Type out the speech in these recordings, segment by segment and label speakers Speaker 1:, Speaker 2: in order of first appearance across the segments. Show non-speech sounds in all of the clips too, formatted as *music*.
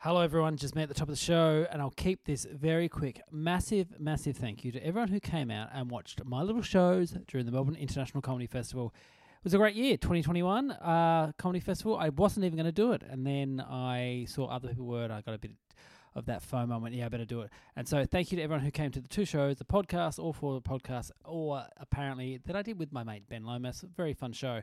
Speaker 1: Hello, everyone. Just me at the top of the show, and I'll keep this very quick. Massive, massive thank you to everyone who came out and watched my little shows during the Melbourne International Comedy Festival. It was a great year, 2021 uh, Comedy Festival. I wasn't even going to do it, and then I saw other people were, and I got a bit of that FOMO. I went, yeah, I better do it. And so, thank you to everyone who came to the two shows, the podcast, all four of the podcasts, or apparently that I did with my mate Ben Lomas. Very fun show.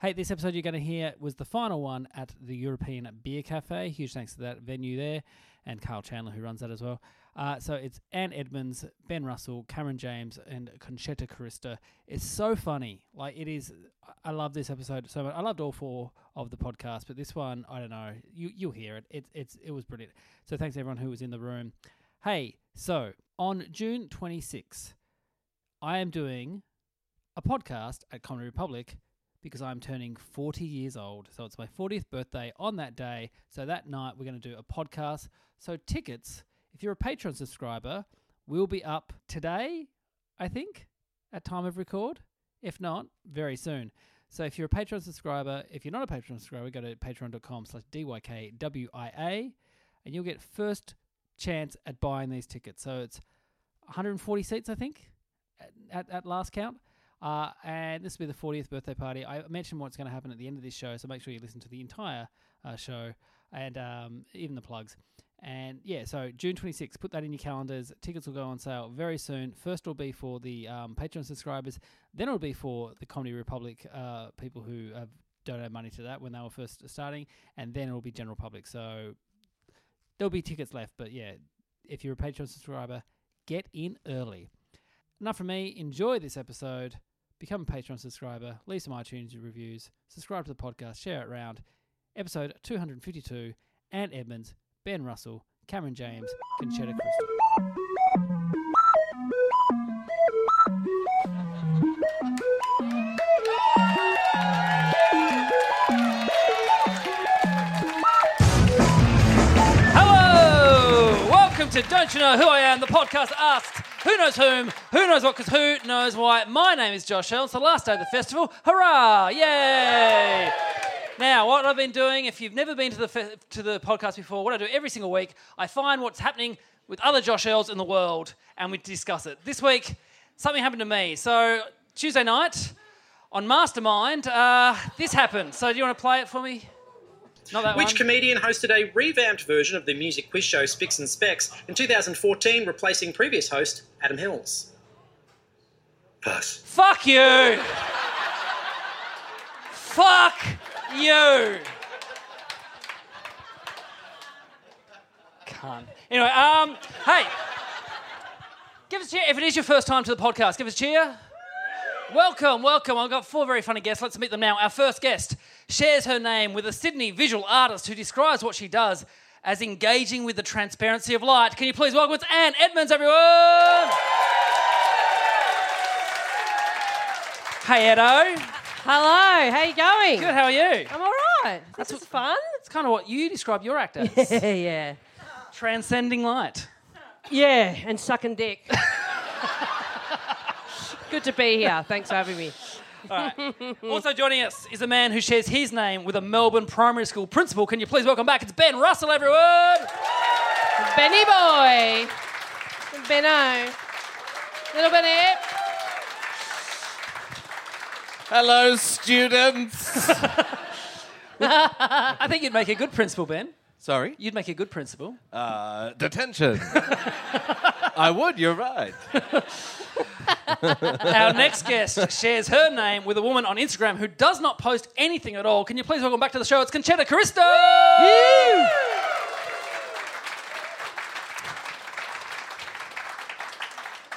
Speaker 1: Hey, this episode you're going to hear was the final one at the European Beer Cafe. Huge thanks to that venue there and Carl Chandler, who runs that as well. Uh, so it's Ann Edmonds, Ben Russell, Cameron James, and Conchetta Carista. It's so funny. Like, it is. I- I love this episode so much. I loved all four of the podcasts, but this one, I don't know. You, you'll hear it. It's it's, it was brilliant. So thanks to everyone who was in the room. Hey, so on June 26th, I am doing a podcast at Comedy Republic because I'm turning 40 years old. So it's my 40th birthday on that day. So that night we're going to do a podcast. So tickets, if you're a Patreon subscriber, will be up today, I think, at time of record. If not, very soon. So if you're a Patreon subscriber, if you're not a Patreon subscriber, go to patreon.com slash DYKWIA and you'll get first chance at buying these tickets. So it's 140 seats, I think, at, at, at last count. Uh, and this will be the 40th birthday party. I mentioned what's going to happen at the end of this show, so make sure you listen to the entire uh, show and um, even the plugs. And yeah, so June 26th, put that in your calendars. Tickets will go on sale very soon. First, it'll be for the um, Patreon subscribers, then, it'll be for the Comedy Republic uh, people who have donated money to that when they were first starting, and then it'll be general public. So there'll be tickets left, but yeah, if you're a Patreon subscriber, get in early. Enough from me. Enjoy this episode. Become a Patreon subscriber. Leave some iTunes reviews. Subscribe to the podcast. Share it round. Episode 252. Ant Edmonds, Ben Russell, Cameron James, Conchetta Crystal. Hello! Welcome to Don't You Know Who I Am, the podcast asks who knows whom, who knows what, because who knows why. My name is Josh Hill. It's the last day of the festival. Hurrah! Yay! Now, what I've been doing, if you've never been to the fe- to the podcast before, what I do every single week, I find what's happening with other Josh Earls in the world, and we discuss it. This week, something happened to me. So Tuesday night on Mastermind, uh, this happened. So do you want to play it for me? Not that
Speaker 2: Which
Speaker 1: one.
Speaker 2: comedian hosted a revamped version of the music quiz show Spicks and Specks in 2014, replacing previous host Adam Hills? Pass.
Speaker 1: Fuck you! Fuck you! Can't. Anyway, um, hey, give us a cheer. If it is your first time to the podcast, give us a cheer. Welcome, welcome. I've got four very funny guests. Let's meet them now. Our first guest shares her name with a Sydney visual artist who describes what she does as engaging with the transparency of light. Can you please welcome it's Anne Edmonds, everyone? Hey, Edo.
Speaker 3: Hello, how you going?
Speaker 1: Good, how are you?
Speaker 3: I'm all right. This is fun.
Speaker 1: It's kind of what you describe your act as
Speaker 4: *laughs*
Speaker 3: Yeah, *laughs* yeah.
Speaker 1: transcending light.
Speaker 3: Yeah, and sucking dick. *laughs* Good to be here. Thanks for having me.
Speaker 4: Hmm.
Speaker 1: Also joining us is a man who shares his name with a Melbourne primary school principal. Can you please welcome back? It's Ben Russell, everyone.
Speaker 3: Benny boy. Benno. Little Benny.
Speaker 5: Hello, students.
Speaker 1: I think you'd make a good principal, Ben.
Speaker 5: Sorry.
Speaker 1: You'd make a good principal.
Speaker 5: Uh, *laughs* detention. I would. You're right.
Speaker 1: Our next guest shares her name with a woman on Instagram who does not post anything at all. Can you please welcome back to the show? It's Conchetta Caristo.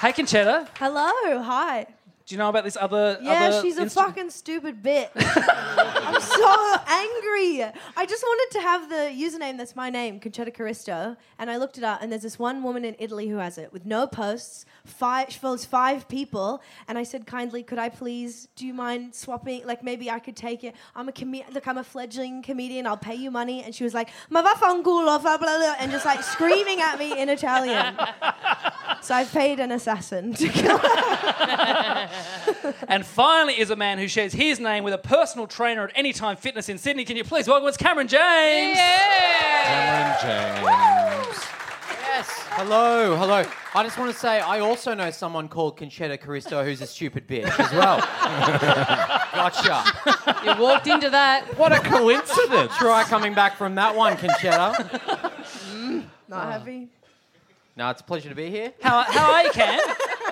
Speaker 1: Hey, Conchetta.
Speaker 4: Hello, hi.
Speaker 1: Do Do you know about this other?
Speaker 4: Yeah,
Speaker 1: other
Speaker 4: she's a
Speaker 1: Insta-
Speaker 4: fucking stupid bitch. I'm so angry. I just wanted to have the username that's my name, Conchetta Caristo, and I looked it up, and there's this one woman in Italy who has it with no posts. Five, she follows five people, and I said kindly, could I please? Do you mind swapping? Like maybe I could take it. I'm a comedian. Look, I'm a fledgling comedian. I'll pay you money. And she was like, ma vaffanculo, fa blah blah, and just like screaming at me in Italian. so I paid an assassin to kill her.
Speaker 1: And finally, is a man who shares his name with a personal trainer at Anytime Fitness in Sydney. Can you please welcome it's Cameron James?
Speaker 5: Cameron James.
Speaker 6: Yes. Hello, hello. I just want to say I also know someone called Conchetta Caristo who's a stupid bitch as well.
Speaker 5: *laughs*
Speaker 6: gotcha.
Speaker 3: You walked into that.
Speaker 6: What a coincidence. Try coming back from that one, Conchetta.
Speaker 4: Not happy.
Speaker 6: No, it's a pleasure to be here.
Speaker 1: How, how are you, Cam?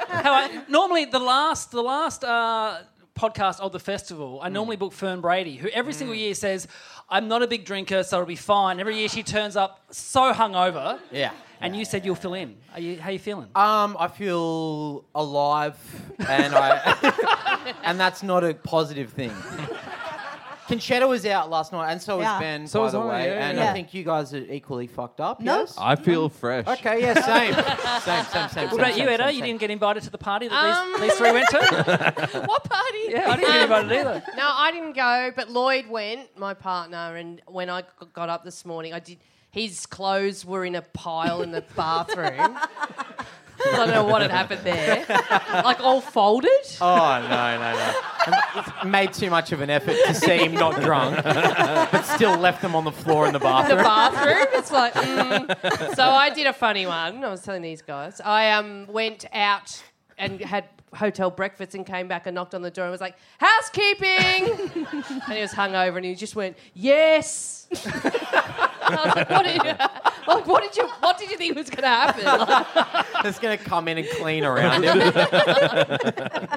Speaker 1: how are, normally, the last the last uh, podcast of the festival,
Speaker 6: Hmm.
Speaker 1: I normally book Fern Brady, who every single year says, "I'm not a big drinker, so it'll be fine." Every year she turns up so hungover.
Speaker 6: Yeah.
Speaker 1: And you said you'll fill in. Are you, how you feeling?
Speaker 6: Um, I feel alive, and I, *laughs* and that's not a positive thing. Conchetta was out last night, and so was
Speaker 4: Yeah.
Speaker 6: Ben,
Speaker 1: So
Speaker 6: by
Speaker 1: was
Speaker 6: the
Speaker 1: I,
Speaker 6: way.
Speaker 1: yeah,
Speaker 6: and
Speaker 4: yeah.
Speaker 6: I think you guys are equally fucked up.
Speaker 4: No.
Speaker 6: Yes.
Speaker 5: I feel fresh.
Speaker 6: *laughs* Okay. Yeah. Same. same. Same. Same.
Speaker 1: what about you, Edda? You didn't get invited to the party that
Speaker 3: Um,
Speaker 1: these, these three went
Speaker 3: *laughs*
Speaker 1: to?
Speaker 3: What party? Um,
Speaker 1: yeah, I didn't get invited either.
Speaker 3: No, I didn't go, but Lloyd went, my partner, and when I g- got up this morning, I did. His clothes were in a pile in the bathroom. *laughs* I don't know what had happened there. Like all folded.
Speaker 6: Oh no no no! I made too much of an effort to seem not drunk, but still left them on the floor
Speaker 1: *laughs*
Speaker 6: in the
Speaker 3: the
Speaker 6: bathroom.
Speaker 3: bathroom. It's like, mm. so I did a funny one. I was telling these guys. I um went out and had hotel breakfast and came back and knocked on the door and was like, housekeeping. *laughs* and he was hungover and he just went, yes. *laughs* And I was like, what did you, like, what did you, what did you think was going to happen? Like,
Speaker 6: That's gonna come in and clean around him.
Speaker 3: yeah,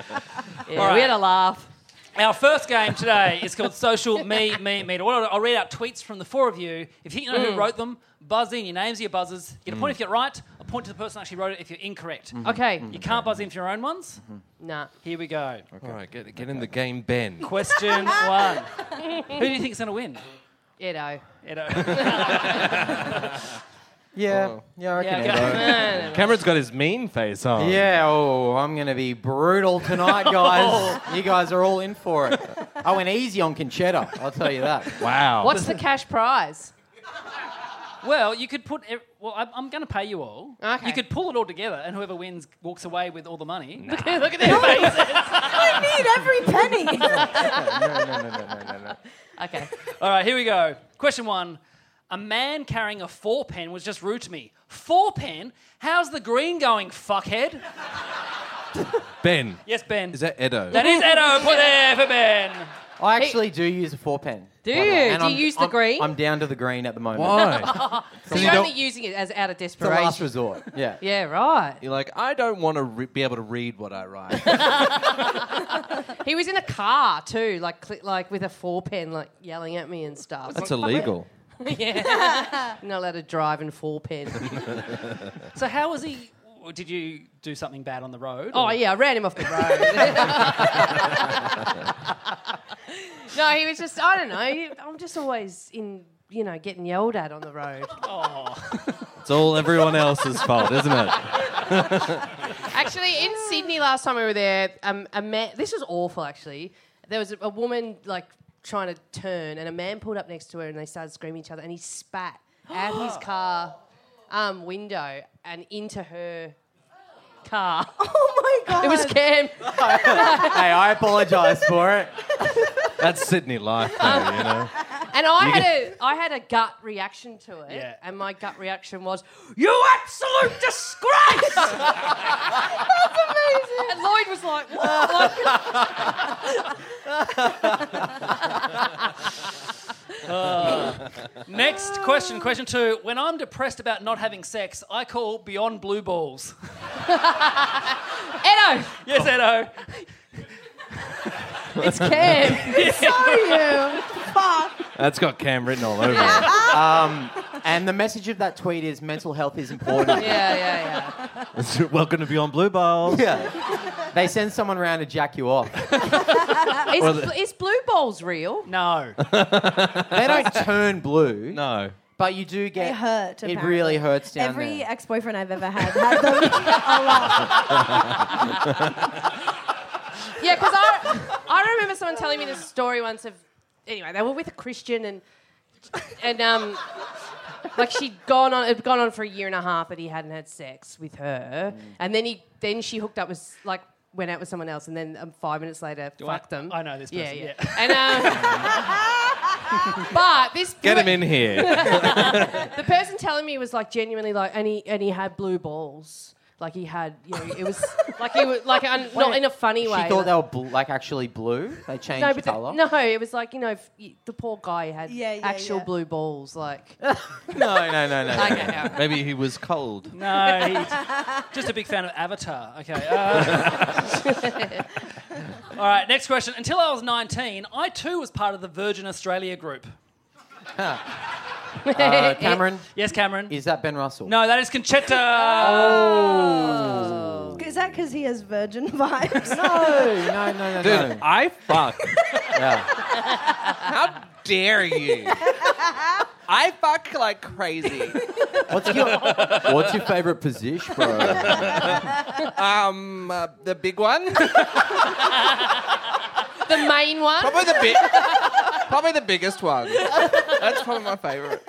Speaker 3: We had a laugh.
Speaker 1: Our first game today is called Social Me Me Meter. Well, I'll read out tweets from the four of you. If you know who wrote them, buzz in. Your names are your buzzers. Get a point if you get it right, a point to the person who actually wrote it if you're incorrect.
Speaker 3: Okay.
Speaker 1: You can't buzz in for your own ones.
Speaker 3: Nah.
Speaker 1: Here we go.
Speaker 5: All right, get, get in the game, Ben.
Speaker 1: Question one. Who do you think is going to win?
Speaker 3: You know.
Speaker 1: Edo.
Speaker 6: Yeah. Yeah. I can
Speaker 1: Yeah,
Speaker 6: handle it.
Speaker 5: Cameron's got his mean face on.
Speaker 6: Yeah, oh, I'm going to be brutal
Speaker 5: *laughs*
Speaker 6: tonight, guys.
Speaker 5: Oh.
Speaker 6: you guys are all in for it. I went easy on Conchetta, I'll tell
Speaker 5: *laughs*
Speaker 6: you that.
Speaker 5: Wow.
Speaker 3: What's the cash prize?
Speaker 1: well, you could put. ev- Well, I'm, I'm going to pay you all.
Speaker 3: Okay.
Speaker 1: You could pull it all together, and whoever wins walks away with all the money. *laughs*
Speaker 3: Look at look at their faces.
Speaker 4: I need every penny.
Speaker 3: *laughs* Okay.
Speaker 1: All right, here we go. Question one. A man carrying a four pen was just rude to me. Four pen? How's the green going, fuckhead?
Speaker 5: Ben.
Speaker 1: Yes, Ben.
Speaker 5: Is that Edo?
Speaker 1: that is Edo. Put there for Ben.
Speaker 6: I actually do use a four pen.
Speaker 3: Do
Speaker 6: by the
Speaker 3: you?
Speaker 6: way,
Speaker 3: Do
Speaker 6: and
Speaker 3: you
Speaker 6: I'm-
Speaker 3: use the
Speaker 6: I'm-
Speaker 3: green?
Speaker 6: I'm down to the green at the moment.
Speaker 5: Why?
Speaker 3: So you're only using it as out of
Speaker 6: It's the
Speaker 3: desperation.
Speaker 6: last resort.
Speaker 5: *laughs*
Speaker 6: Yeah.
Speaker 3: Yeah, right.
Speaker 5: You're like, I don't want to re- be able to read what I write.
Speaker 3: He was in a car too, like cl- like with a four pen, like yelling at me and stuff.
Speaker 5: That's illegal.
Speaker 3: I'm not allowed to drive in four pen.
Speaker 1: So how was he? Did you do something bad on the road?
Speaker 3: oh
Speaker 1: or-
Speaker 3: yeah, I ran him off the road. *laughs* no, he was just I don't know. I'm just always in you know getting yelled at on the road.
Speaker 5: It's all everyone else's fault, isn't it?
Speaker 3: Actually, in Sydney last time we were there, um, a man. This was awful. Actually, there was a, a woman like trying to turn, and a man pulled up next to her, and they started screaming at each other, and he spat out
Speaker 4: *gasps*
Speaker 3: his car um, window and into her car.
Speaker 4: *laughs* oh my god.
Speaker 3: It was Cam.
Speaker 6: *laughs* hey, I apologise for it.
Speaker 5: *laughs* That's Sydney life, though, you know.
Speaker 3: And I had a I had a gut reaction to it,
Speaker 1: Yeah.
Speaker 3: and my gut reaction was, "You absolute
Speaker 4: *laughs*
Speaker 3: disgrace!" That's amazing. And Lloyd was like, "What?" Like-
Speaker 1: Next question, question two. When I'm depressed about not having sex, I call Beyond Blue Balls.
Speaker 3: Edo,
Speaker 1: Yes, Edo. *laughs*
Speaker 3: it's Cam.
Speaker 5: That's got Cam written all over it.
Speaker 6: *laughs* And the message of that tweet is mental health is important.
Speaker 3: yeah, yeah, yeah.
Speaker 5: *laughs* Welcome to Beyond Blue Balls.
Speaker 6: Yeah. *laughs* They send someone around to jack you off.
Speaker 3: Is, is blue balls real?
Speaker 1: No.
Speaker 6: They
Speaker 5: *laughs*
Speaker 6: don't turn blue,
Speaker 5: No.
Speaker 6: but you do
Speaker 4: *laughs*
Speaker 6: get
Speaker 4: It hurt.
Speaker 6: It
Speaker 4: apparently.
Speaker 6: really hurts down
Speaker 4: Every *laughs*
Speaker 6: there.
Speaker 4: ex-boyfriend I've ever had had them a lot.
Speaker 3: *laughs* Yeah, because I, I remember someone telling me this story once of, anyway, they were with a Christian and, and um, like she'd gone on, it'd gone on for a year and a half that he hadn't had sex with
Speaker 1: Mm.
Speaker 3: her, and then he, then she hooked up with like. Went out with someone else, and then um, five minutes later, fucked them.
Speaker 1: I know this person, yeah.
Speaker 3: And um,
Speaker 1: *laughs*
Speaker 3: but this
Speaker 5: Get him in here.
Speaker 3: the person telling me was like genuinely like, and he and he had blue balls. Like he had, you know, it was *laughs* like he was like un, not in a funny
Speaker 6: She
Speaker 3: way.
Speaker 6: thought
Speaker 3: like-
Speaker 6: they were bl- like actually blue. They changed Uh,
Speaker 3: no, but the- *laughs*
Speaker 6: color.
Speaker 3: no, it was like you know, if you, the poor guy had
Speaker 4: Yeah, yeah,
Speaker 3: actual
Speaker 4: yeah.
Speaker 3: blue balls. Like
Speaker 5: *laughs* no, no, no, no.
Speaker 3: Okay, all right.
Speaker 5: Maybe he was cold.
Speaker 1: No, he's just a big fan of Avatar. Okay. uh, *laughs* all right, next question. Until I was 19, I too was part of the Virgin Australia group.
Speaker 6: Uh, Cameron,
Speaker 1: Yes, Cameron?
Speaker 6: is that Ben Russell?
Speaker 1: no, that is Conchetta.
Speaker 5: Oh.
Speaker 4: Is that because he has *laughs* virgin vibes?
Speaker 6: no, no, no, no.
Speaker 5: Dude,
Speaker 6: no.
Speaker 5: I fuck.
Speaker 6: Yeah.
Speaker 5: How dare you? I fuck like crazy.
Speaker 6: What's your What's your favorite position, bro?
Speaker 5: *laughs* Um, uh, the big one, *laughs*
Speaker 3: the main one.
Speaker 5: probably the big, probably the biggest one. That's probably my favorite.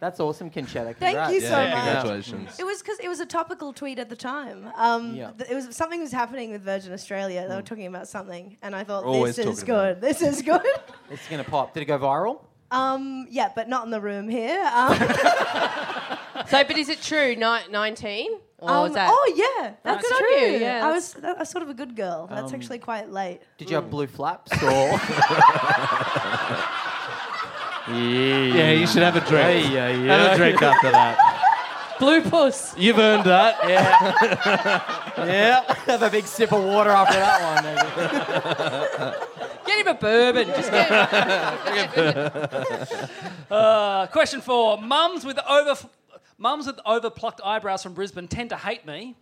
Speaker 6: That's awesome, Conchetta.
Speaker 4: Thank
Speaker 6: Congrats.
Speaker 4: you so
Speaker 5: Yeah,
Speaker 4: much.
Speaker 5: congratulations.
Speaker 4: It was because it was a topical tweet at the time. Um,
Speaker 6: Yeah.
Speaker 4: th- it was something was happening with Virgin Australia. They were talking about something, and I thought
Speaker 5: Always
Speaker 4: this is
Speaker 5: talking about
Speaker 4: good. This is good. *laughs*
Speaker 6: It's gonna pop. Did it go viral?
Speaker 4: um, yeah, but not in the room here. Um,
Speaker 3: So, but is it true? Ni- Nineteen or was
Speaker 4: um,
Speaker 3: that? *laughs*
Speaker 4: oh yeah, that's
Speaker 3: Good on
Speaker 4: true.
Speaker 3: you, yeah,
Speaker 4: I was I was sort of a good girl. That's actually quite late.
Speaker 6: Did you have blue flaps or?
Speaker 5: Yeah, you should have a drink. Have a drink after that.
Speaker 3: blue puss.
Speaker 5: You've earned that. *laughs*
Speaker 6: yeah. *laughs* Have a big sip of water after that one. Maybe.
Speaker 3: Get him a bourbon. Just get
Speaker 1: Uh, question four. Mums with over mums with overplucked eyebrows from Brisbane tend to hate me.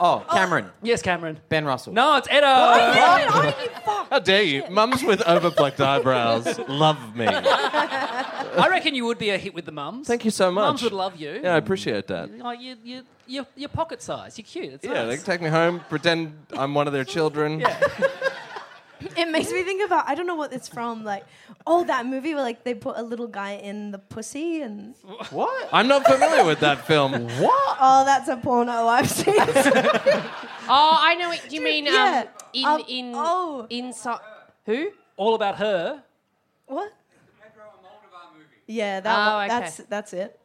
Speaker 6: Oh, Cameron,
Speaker 1: Yes, Cameron.
Speaker 6: Ben Russell.
Speaker 1: No, it's
Speaker 4: Oh,
Speaker 1: Edo.
Speaker 5: How dare you? Mums with overplucked eyebrows love me.
Speaker 1: I reckon you would be a hit with the mums.
Speaker 5: Thank you so much.
Speaker 1: Mums would love you.
Speaker 5: Yeah, I appreciate that.
Speaker 1: Like you, you, you're, you're pocket size. You're cute. It's
Speaker 5: Yeah, they
Speaker 1: nice.
Speaker 5: can take me home, pretend I'm one of
Speaker 3: *laughs*
Speaker 5: their children.
Speaker 4: It makes me think about I don't know what it's from. Like, oh, that movie where like they put a little guy in the pussy, and
Speaker 6: What?
Speaker 5: I'm not familiar with that *laughs* film.
Speaker 6: What?
Speaker 4: oh, that's a porno I've seen. *laughs*
Speaker 3: Oh, I know what you mean.
Speaker 4: Yeah.
Speaker 3: Um, in
Speaker 4: Um,
Speaker 3: in
Speaker 4: oh.
Speaker 3: inside. Who?
Speaker 1: All about her.
Speaker 4: what? Yeah, that
Speaker 3: Oh,
Speaker 4: one-
Speaker 3: okay.
Speaker 4: that's that's it.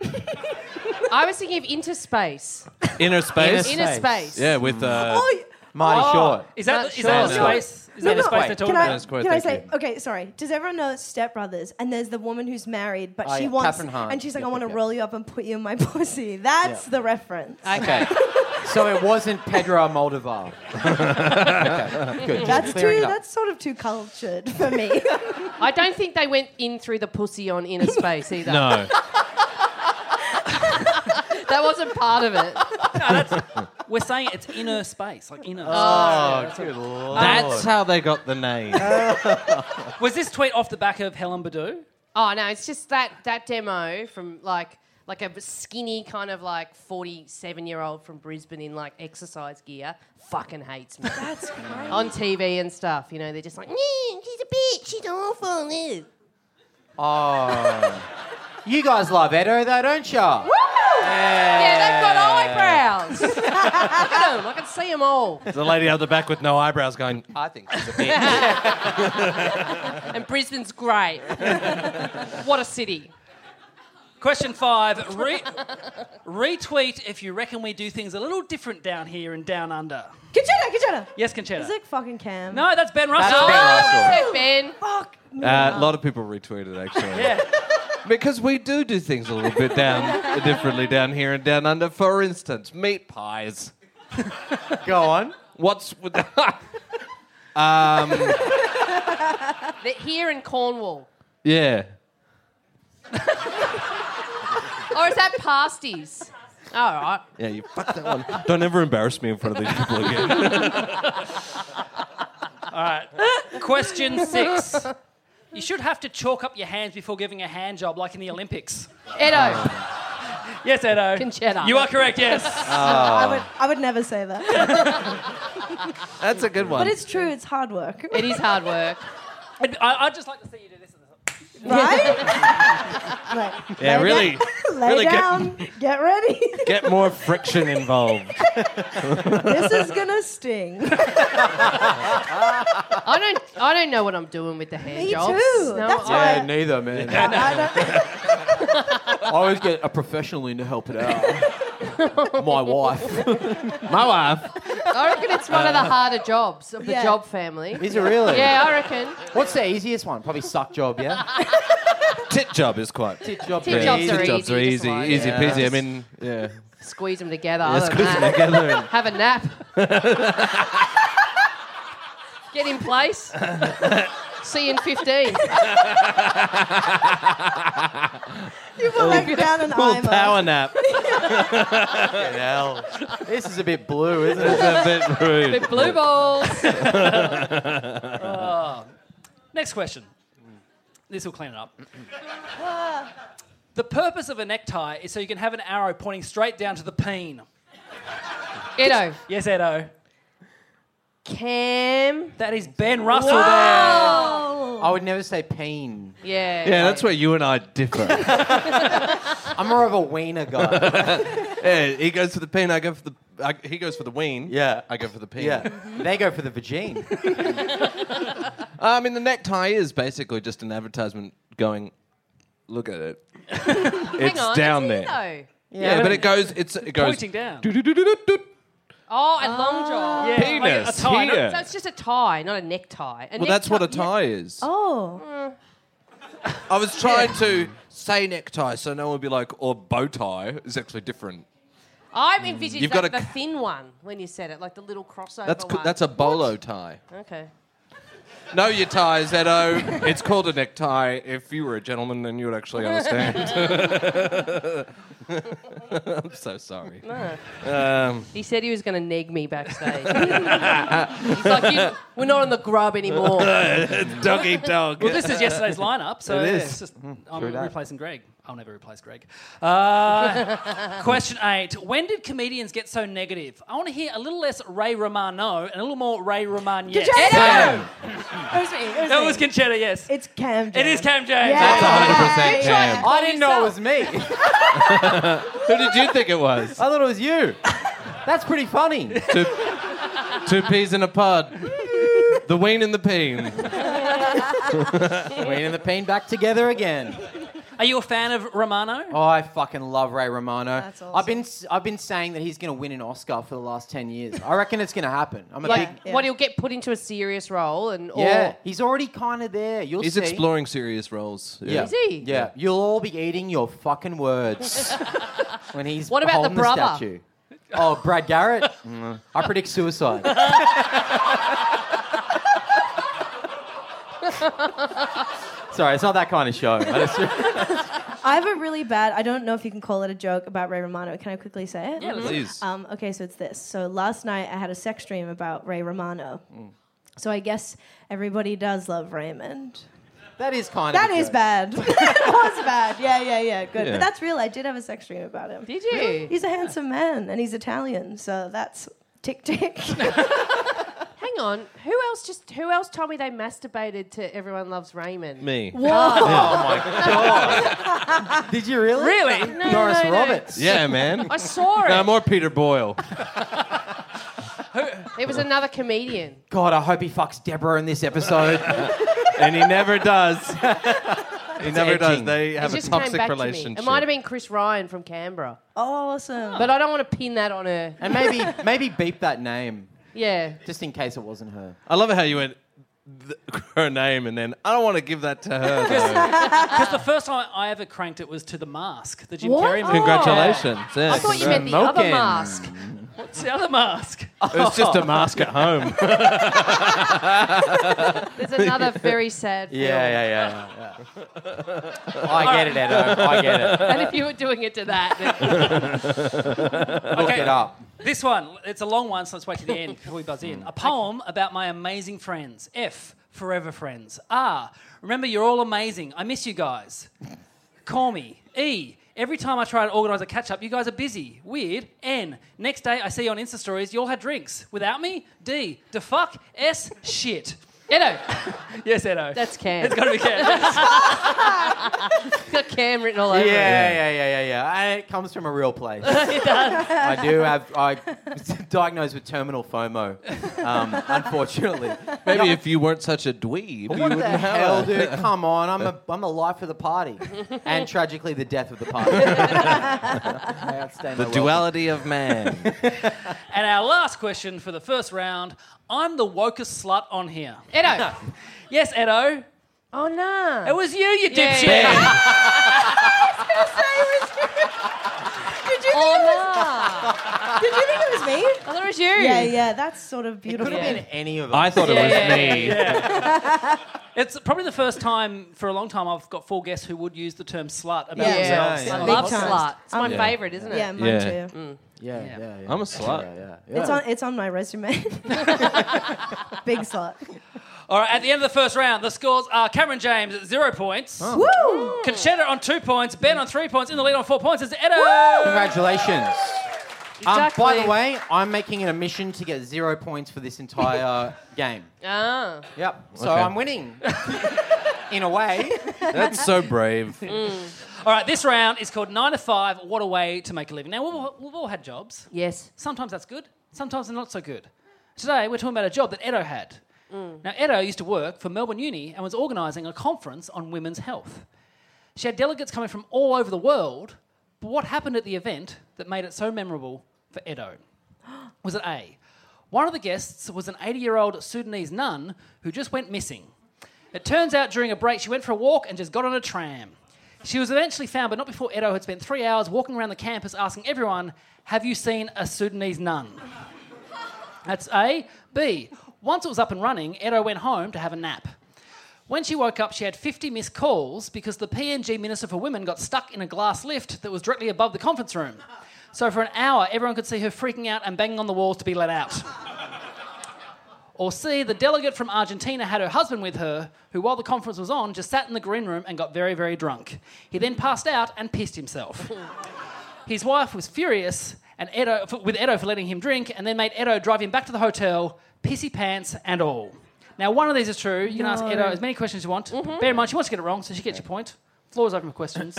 Speaker 4: *laughs*
Speaker 3: I was thinking of interspace.
Speaker 5: Inner Space.
Speaker 6: Inner
Speaker 3: Inner space.
Speaker 5: yeah, with uh,
Speaker 4: oh,
Speaker 6: Marty Short.
Speaker 1: Is that
Speaker 3: Not
Speaker 1: is that the
Speaker 5: sure.
Speaker 1: space? Is that the space they're talking
Speaker 4: can I,
Speaker 1: about?
Speaker 5: That's great,
Speaker 4: can I say,
Speaker 5: thank
Speaker 4: okay, sorry. Does everyone know Step Brothers? And there's the woman who's married, but
Speaker 6: Oh,
Speaker 4: she
Speaker 6: yeah,
Speaker 4: wants,
Speaker 6: Catherine Hahn.
Speaker 4: and she's like,
Speaker 6: Yep,
Speaker 4: I want to
Speaker 6: yep, yep.
Speaker 4: roll you up and put you in my *laughs* pussy. That's
Speaker 6: Yeah.
Speaker 4: the reference.
Speaker 6: Okay. so it wasn't Pedro Moldovar. okay, good. Just
Speaker 4: that's too.
Speaker 6: clearing it up.
Speaker 4: That's sort of too cultured for me. *laughs*
Speaker 3: I don't think they went in through the pussy on inner space either.
Speaker 5: no.
Speaker 3: That wasn't part of it.
Speaker 1: Ah, We're saying it's inner space, like inner.
Speaker 6: Oh, good lord.
Speaker 5: That's how they got the name.
Speaker 1: space. Was this tweet off the back of Helen Badu?
Speaker 3: Oh no, it's just that that demo from like like a skinny kind of like forty seven year old from Brisbane in like exercise gear fucking hates me. That's great. On TV and stuff, you know, they're just like, "Nee, she's a bitch, she's awful. nee."
Speaker 6: *laughs* Oh. you guys love Edo, though, don't ya?
Speaker 3: Yeah, they've got eyebrows. *laughs* Look at 'em, I can see them all.
Speaker 5: the lady out the back with no eyebrows *laughs* going, I think she's a bitch.
Speaker 3: And Brisbane's great. what a city.
Speaker 1: Question five. Re- retweet if you reckon we do things a little different down here and down under.
Speaker 4: Kachana, Kachana.
Speaker 1: Yes, Conchetta.
Speaker 4: Is it fucking Cam?
Speaker 1: No, that's Ben Russell.
Speaker 6: Ben Russell.
Speaker 3: Oh, Ben.
Speaker 4: Fuck.
Speaker 6: Ah.
Speaker 4: me.
Speaker 5: Uh, a lot of people retweeted,
Speaker 6: *laughs*
Speaker 5: actually.
Speaker 1: Yeah.
Speaker 5: Because we do do things a little bit down differently down here and down under. For instance, meat pies.
Speaker 6: *laughs* Go on.
Speaker 5: What's with
Speaker 3: They're here in Cornwall.
Speaker 5: yeah.
Speaker 3: Or is that pasties? All right.
Speaker 5: Yeah, you fucked that one. Don't ever embarrass me in front of these people again.
Speaker 1: Question six. You should have to chalk up your hands before giving a hand job, like in the Olympics.
Speaker 3: Edo.
Speaker 1: Yes, Edo.
Speaker 3: Conchetta.
Speaker 1: You are correct, yes.
Speaker 4: I would, I would never say that.
Speaker 5: That's a good one.
Speaker 4: But it's true, it's hard *laughs* work.
Speaker 3: It is hard work.
Speaker 1: I'd, I- I'd just like to see you do this.
Speaker 4: Right? Like,
Speaker 5: *laughs* yeah,
Speaker 4: lay
Speaker 5: really,
Speaker 4: down- lay
Speaker 5: really get-
Speaker 4: down, get ready.
Speaker 5: get more friction involved.
Speaker 4: this is gonna *laughs* sting.
Speaker 3: I don't. I don't know what I'm doing with the hand
Speaker 4: Me
Speaker 3: jobs.
Speaker 4: too.
Speaker 3: No,
Speaker 4: That's
Speaker 3: I-
Speaker 4: why-
Speaker 6: Yeah, neither, man.
Speaker 4: I don't-
Speaker 6: *laughs* I always get a professional in to help it out. My wife.
Speaker 5: My wife.
Speaker 3: I reckon it's one of
Speaker 5: Uh,
Speaker 3: the harder jobs of the
Speaker 4: Yeah.
Speaker 3: job family.
Speaker 6: Is it really?
Speaker 3: Yeah, I reckon.
Speaker 6: What's the easiest one? Probably suck job, yeah?
Speaker 5: Tit job is quite.
Speaker 6: *laughs* Tit job.
Speaker 3: Tit jobs
Speaker 5: tit
Speaker 3: are
Speaker 5: jobs
Speaker 3: easy, just
Speaker 5: are easy,
Speaker 3: like-
Speaker 5: easy
Speaker 3: Yeah.
Speaker 5: peasy. I mean, yeah.
Speaker 3: Squeeze them together.
Speaker 5: Let's
Speaker 3: other than
Speaker 5: squeeze
Speaker 3: that.
Speaker 5: them together. And
Speaker 3: Have a nap.
Speaker 5: *laughs*
Speaker 3: Get in place. See you in
Speaker 5: *laughs*
Speaker 3: 15.
Speaker 4: You were like down an
Speaker 5: Full
Speaker 4: eye.
Speaker 5: power nap.
Speaker 6: Hell. This is a bit blue, isn't
Speaker 5: It's
Speaker 6: it?
Speaker 5: a
Speaker 3: *laughs*
Speaker 5: bit rude.
Speaker 3: Big blue balls.
Speaker 1: Next question. This will clean it up. the purpose of a necktie is so you can have an arrow pointing straight down to the peen.
Speaker 3: Edo.
Speaker 1: Yes, Edo.
Speaker 3: Cam.
Speaker 1: That is Ben Russell there.
Speaker 6: I would never say peen.
Speaker 3: Yeah.
Speaker 5: Yeah, that's where you and
Speaker 3: *laughs*
Speaker 5: I differ.
Speaker 6: I'm more of a wiener *laughs* guy.
Speaker 5: yeah, he goes for the peen. I go for the. I, he goes for the ween.
Speaker 6: Yeah.
Speaker 5: I go for the peen.
Speaker 6: Yeah. Mm-hmm. They go for the vagine.
Speaker 5: I mean, the necktie is basically just an advertisement going, look at it. it's
Speaker 3: Hang on,
Speaker 5: down
Speaker 3: that's
Speaker 5: there.
Speaker 3: Edo.
Speaker 5: Yeah, but it goes. It's it goes.
Speaker 1: Pointing down.
Speaker 5: doo-doo-doo-doo-doo.
Speaker 3: Oh, and long jaw.
Speaker 1: Yeah,
Speaker 5: Penis
Speaker 1: a tie, not-
Speaker 5: here.
Speaker 3: So it's just a tie, not a necktie. A
Speaker 5: Well, that's
Speaker 3: necktie-
Speaker 5: what a tie is.
Speaker 4: Oh,
Speaker 5: I was trying to say necktie, so no one would be like, or bow tie is actually different.
Speaker 3: I'm envisioning
Speaker 5: You've
Speaker 3: like the
Speaker 5: got a c-
Speaker 3: thin one when you said it, like the little crossover
Speaker 5: That's co-
Speaker 3: one.
Speaker 5: that's a bolo tie.
Speaker 3: Okay.
Speaker 5: Know your ties, Edo. it's called a necktie. If you were a gentleman, then you would actually understand. *laughs* I'm so sorry. Um,
Speaker 3: He said he was going to neg me backstage. *laughs* He's like, you, we're not on the grub
Speaker 5: *laughs*
Speaker 3: anymore.
Speaker 5: doggy dog.
Speaker 1: *laughs* Well, this is yesterday's lineup, so
Speaker 6: It
Speaker 1: yeah,
Speaker 6: is.
Speaker 1: it's just,
Speaker 5: Hmm,
Speaker 1: I'm replacing Greg. I'll never replace Greg. Uh, *laughs* question eight: When did comedians get so negative? I want to hear a little less Ray Romano and a little more Ray Roman. Yes,
Speaker 4: James!
Speaker 5: Damn.
Speaker 4: it was me. It was
Speaker 1: that
Speaker 4: me.
Speaker 1: was Conchetta. Yes,
Speaker 4: it's Cam. Um,
Speaker 1: it is Cam James.
Speaker 4: Yeah.
Speaker 5: That's 100%
Speaker 6: *laughs*
Speaker 5: Cam.
Speaker 6: I didn't know it was me.
Speaker 5: Who did you think it
Speaker 6: *laughs*
Speaker 5: was?
Speaker 6: I thought it was you. That's pretty funny.
Speaker 5: two, two peas in a pod. The ween and the peen.
Speaker 6: Ween and the peen back together again.
Speaker 1: Are you a fan of Romano?
Speaker 6: Oh, I fucking love Ray Romano.
Speaker 4: That's
Speaker 6: I've been I've been saying that he's going to win an Oscar for the last ten years. I reckon it's going to happen. I'm a
Speaker 3: Like,
Speaker 6: big
Speaker 4: Yeah.
Speaker 3: what he'll get put into a serious role, and or
Speaker 6: yeah. He's already kind of there. You'll
Speaker 5: He's
Speaker 6: see.
Speaker 5: exploring serious roles.
Speaker 6: Yeah.
Speaker 3: Is he?
Speaker 6: Yeah. You'll all be eating your fucking
Speaker 3: *laughs*
Speaker 6: words when he's
Speaker 3: What about the
Speaker 6: holding
Speaker 3: brother?
Speaker 6: statue. Oh, Brad Garrett. Mm. I
Speaker 3: *laughs*
Speaker 6: predict suicide. Sorry, it's not that kind of
Speaker 3: *laughs*
Speaker 6: show. I just-
Speaker 4: I have a really bad. I don't know if you can call it a joke about Ray Romano. Can I quickly say it? Yeah.
Speaker 5: Please.
Speaker 4: Um, okay, so it's this. So last night I had a sex dream about Ray Romano.
Speaker 5: Mm.
Speaker 4: So I guess everybody does love Raymond.
Speaker 6: that is kind of.
Speaker 4: That
Speaker 6: a
Speaker 4: is
Speaker 6: joke.
Speaker 4: bad. *laughs* it was bad. Yeah, yeah, yeah. Good.
Speaker 5: Yeah.
Speaker 4: But that's real. I did have a sex dream about him.
Speaker 3: did you?
Speaker 4: He's a handsome man and he's Italian, so that's
Speaker 3: *laughs*
Speaker 4: tick tick.
Speaker 3: Hang on, who else just who else told me they masturbated to Everyone Loves Raymond?
Speaker 5: Me.
Speaker 6: *laughs* Did you really?
Speaker 3: Really? No,
Speaker 6: Doris
Speaker 3: no, no.
Speaker 6: Roberts.
Speaker 5: Yeah, man.
Speaker 3: I saw it.
Speaker 5: No, more Peter Boyle.
Speaker 3: it was another comedian.
Speaker 6: God, I hope he fucks Deborah in this episode.
Speaker 3: *laughs*
Speaker 5: and he never *laughs* does. he never does.
Speaker 6: edging.
Speaker 5: They have
Speaker 3: it
Speaker 5: a
Speaker 3: just came
Speaker 5: toxic
Speaker 3: back
Speaker 5: relationship.
Speaker 3: to me. It might have been Chris Ryan from Canberra,
Speaker 4: oh, awesome.
Speaker 3: but I don't want to pin that on her.
Speaker 6: and maybe maybe beep that name
Speaker 3: *laughs* Yeah,
Speaker 6: just in case it wasn't her.
Speaker 5: I love how you went th- *laughs* her name and then I don't want to give that to her. though."
Speaker 1: Because the first time I ever cranked it was to the mask, the Jim
Speaker 3: What?
Speaker 1: Carrey
Speaker 3: Oh.
Speaker 1: movie.
Speaker 5: Congratulations. Yeah,
Speaker 3: I thought you
Speaker 5: congrats.
Speaker 3: meant the other
Speaker 6: Moken.
Speaker 3: mask.
Speaker 1: *laughs* What's the other mask?
Speaker 5: It's just a mask at home.
Speaker 3: There's another very sad film.
Speaker 6: yeah, yeah. I get it, Edo. I get it.
Speaker 3: And if you were doing it to that, then
Speaker 6: Look it up.
Speaker 1: This one, it's a long one, so let's wait to the end before we buzz in. A poem about my amazing friends. F, forever friends. R, remember you're all amazing. I miss you guys. Call me. E, every time I try to organise a catch up, you guys are busy. Weird. N, next day I see you on Insta stories, you all had drinks. Without me? D, da fuck. S, shit.
Speaker 3: Edo,
Speaker 1: Yes, Edo.
Speaker 3: that's Cam.
Speaker 1: *laughs* It's gotta be Cam.
Speaker 3: It's got Cam written all over
Speaker 6: Yeah,
Speaker 3: it.
Speaker 6: yeah, yeah, yeah, yeah. And it comes from a
Speaker 5: *laughs*
Speaker 6: real place. I do have. I *laughs* was diagnosed with terminal FOMO, um, unfortunately.
Speaker 5: *laughs* *laughs* Maybe if you weren't such a dweeb, Oh, you
Speaker 6: What
Speaker 5: wouldn't
Speaker 6: the
Speaker 5: have
Speaker 6: hell,
Speaker 5: it. *laughs*
Speaker 6: dude? Come on, I'm a I'm a life of the party, and tragically the death of
Speaker 5: *laughs*
Speaker 6: the party. I outstay my
Speaker 5: The
Speaker 6: welcome.
Speaker 5: duality of *laughs* man.
Speaker 1: *laughs* and our last question for the first round I'm the wokest slut on here.
Speaker 3: Edo.
Speaker 1: Yes, Edo.
Speaker 3: Oh, no.
Speaker 1: It was you, you
Speaker 3: Yeah.
Speaker 1: dipshit.
Speaker 4: Did you, think it was,
Speaker 3: Oh,
Speaker 4: did you think it was me?
Speaker 3: no. I thought it Oh, was you.
Speaker 4: Yeah, yeah, that's sort of beautiful.
Speaker 6: Could have been any of us.
Speaker 5: I thought it was
Speaker 3: Yeah.
Speaker 5: me.
Speaker 1: It's probably the first time for a long time I've got four guests who would use the term slut about
Speaker 4: Yeah.
Speaker 1: themselves.
Speaker 6: Yeah,
Speaker 3: I
Speaker 6: yeah.
Speaker 3: love
Speaker 4: Big time.
Speaker 3: slut. It's my
Speaker 5: Yeah.
Speaker 3: favourite, isn't it?
Speaker 4: Yeah, mine
Speaker 5: Yeah.
Speaker 4: too.
Speaker 3: Mm.
Speaker 6: yeah, yeah, yeah,
Speaker 5: I'm a slut.
Speaker 6: Yeah, yeah,
Speaker 4: It's
Speaker 6: yeah.
Speaker 4: on it's on
Speaker 3: *laughs*
Speaker 4: my resume. Big slot.
Speaker 1: All right, at the end of the first round, the scores are Cameron James at zero points,
Speaker 6: Oh.
Speaker 4: Woo!
Speaker 1: Conchetta on two points, Ben on three points, in the lead on four points is Edo.
Speaker 6: Congratulations. Um, by
Speaker 3: Exactly.
Speaker 6: the way, I'm making an omission to get zero points for this entire *laughs* game.
Speaker 3: Ah.
Speaker 6: Yep. So
Speaker 5: Okay.
Speaker 6: I'm winning. *laughs* In a way.
Speaker 5: That's so brave.
Speaker 1: All right, this round is called Nine to Five What a Way to Make a Living. Now, we've all, we've all had jobs.
Speaker 3: Yes.
Speaker 1: Sometimes that's good, sometimes they're not so good. Today, we're talking about a job that Edo had. Now, Edo used to work for Melbourne Uni and was organising a conference on women's health. She had delegates coming from all over the world, but what happened at the event that made it so memorable for Edo? Was it A? One of the guests was an 80 year old Sudanese nun who just went missing. It turns out during a break she went for a walk and just got on a tram. She was eventually found, but not before Edo had spent three hours walking around the campus asking everyone, Have you seen a Sudanese nun? That's A. B. Once it was up and running, Edo went home to have a nap. When she woke up, she had 50 missed calls because the PNG Minister for Women got stuck in a glass lift that was directly above the conference room. So for an hour, everyone could see her freaking out and banging on the walls to be let out. Or C, the delegate from Argentina had her husband with her, who, while the conference was on, just sat in the green room and got very, very drunk. He then passed out and pissed himself. His wife was furious and Edo, f- with Edo for letting him drink and then made Edo drive him back to the hotel, pissy pants and all. Now, one of these is true. You can ask Edo as many questions as you want. Bear in mind, she wants to get it wrong, so she gets your point. Floor is open for questions.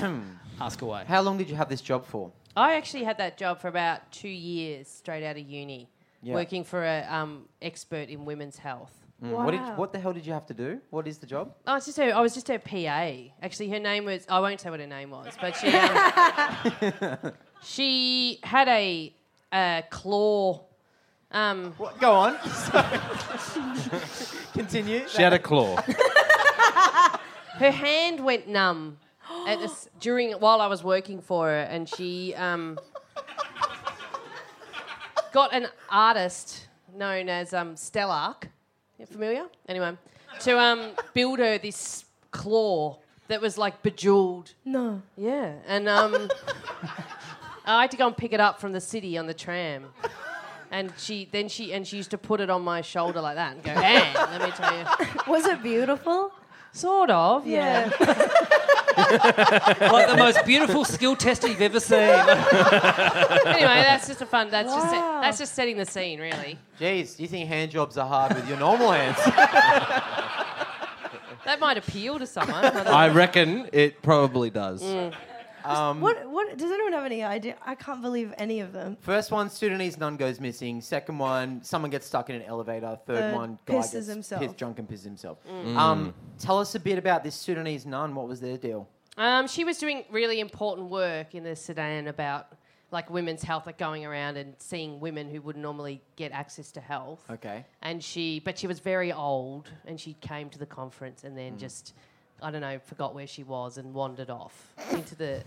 Speaker 1: ask away.
Speaker 6: How long did you have this job for?
Speaker 3: I actually had that job for about two years straight out of uni, working for a um, expert in women's health.
Speaker 6: Mm, What, did, what the hell did you have to do? What is the job?
Speaker 3: Oh, it's just her, I was just her PA. Actually, her name was, I won't say what her name was, but she, um, she had a, a claw. Um,
Speaker 6: What, go on. *laughs* Continue.
Speaker 5: She had a claw.
Speaker 3: her hand went numb at this, during while I was working for her, and she um, got an artist known as um, Stellark. You familiar? Anyway, to um, build her this claw that was like bejeweled.
Speaker 4: No.
Speaker 3: Yeah, and um, I had to go and pick it up from the city on the tram. And she then she and she used to put it on my shoulder like that and go, "Anne, let me tell you."
Speaker 4: Was it beautiful?
Speaker 3: Sort of, yeah.
Speaker 1: like the most beautiful skill tester you've ever seen.
Speaker 3: anyway, that's just a fun. That's just se-
Speaker 4: Wow.
Speaker 3: that's just setting the scene, really.
Speaker 6: Jeez, you think hand jobs are hard with your normal hands?
Speaker 3: That might appeal to someone. but
Speaker 5: *laughs*
Speaker 6: *laughs*
Speaker 5: I reckon it probably does. Um,
Speaker 4: what what does anyone have any idea? I can't believe any of them.
Speaker 6: First one, Sudanese nun goes missing. Second one, someone gets stuck in an elevator. Third
Speaker 4: Third,
Speaker 6: one, guy
Speaker 4: Uh, pisses
Speaker 6: gets
Speaker 4: himself.
Speaker 6: pissed drunk and pisses himself.
Speaker 3: Mm.
Speaker 6: Um, tell us a bit about this Sudanese nun. What was their deal?
Speaker 3: Um, she was doing really important work in the Sudan about like women's health, like going around and seeing women who would normally get access to health.
Speaker 6: Okay.
Speaker 3: And she, but she was very old, and she came to the conference and then just, I don't know, forgot where she was and wandered off into the,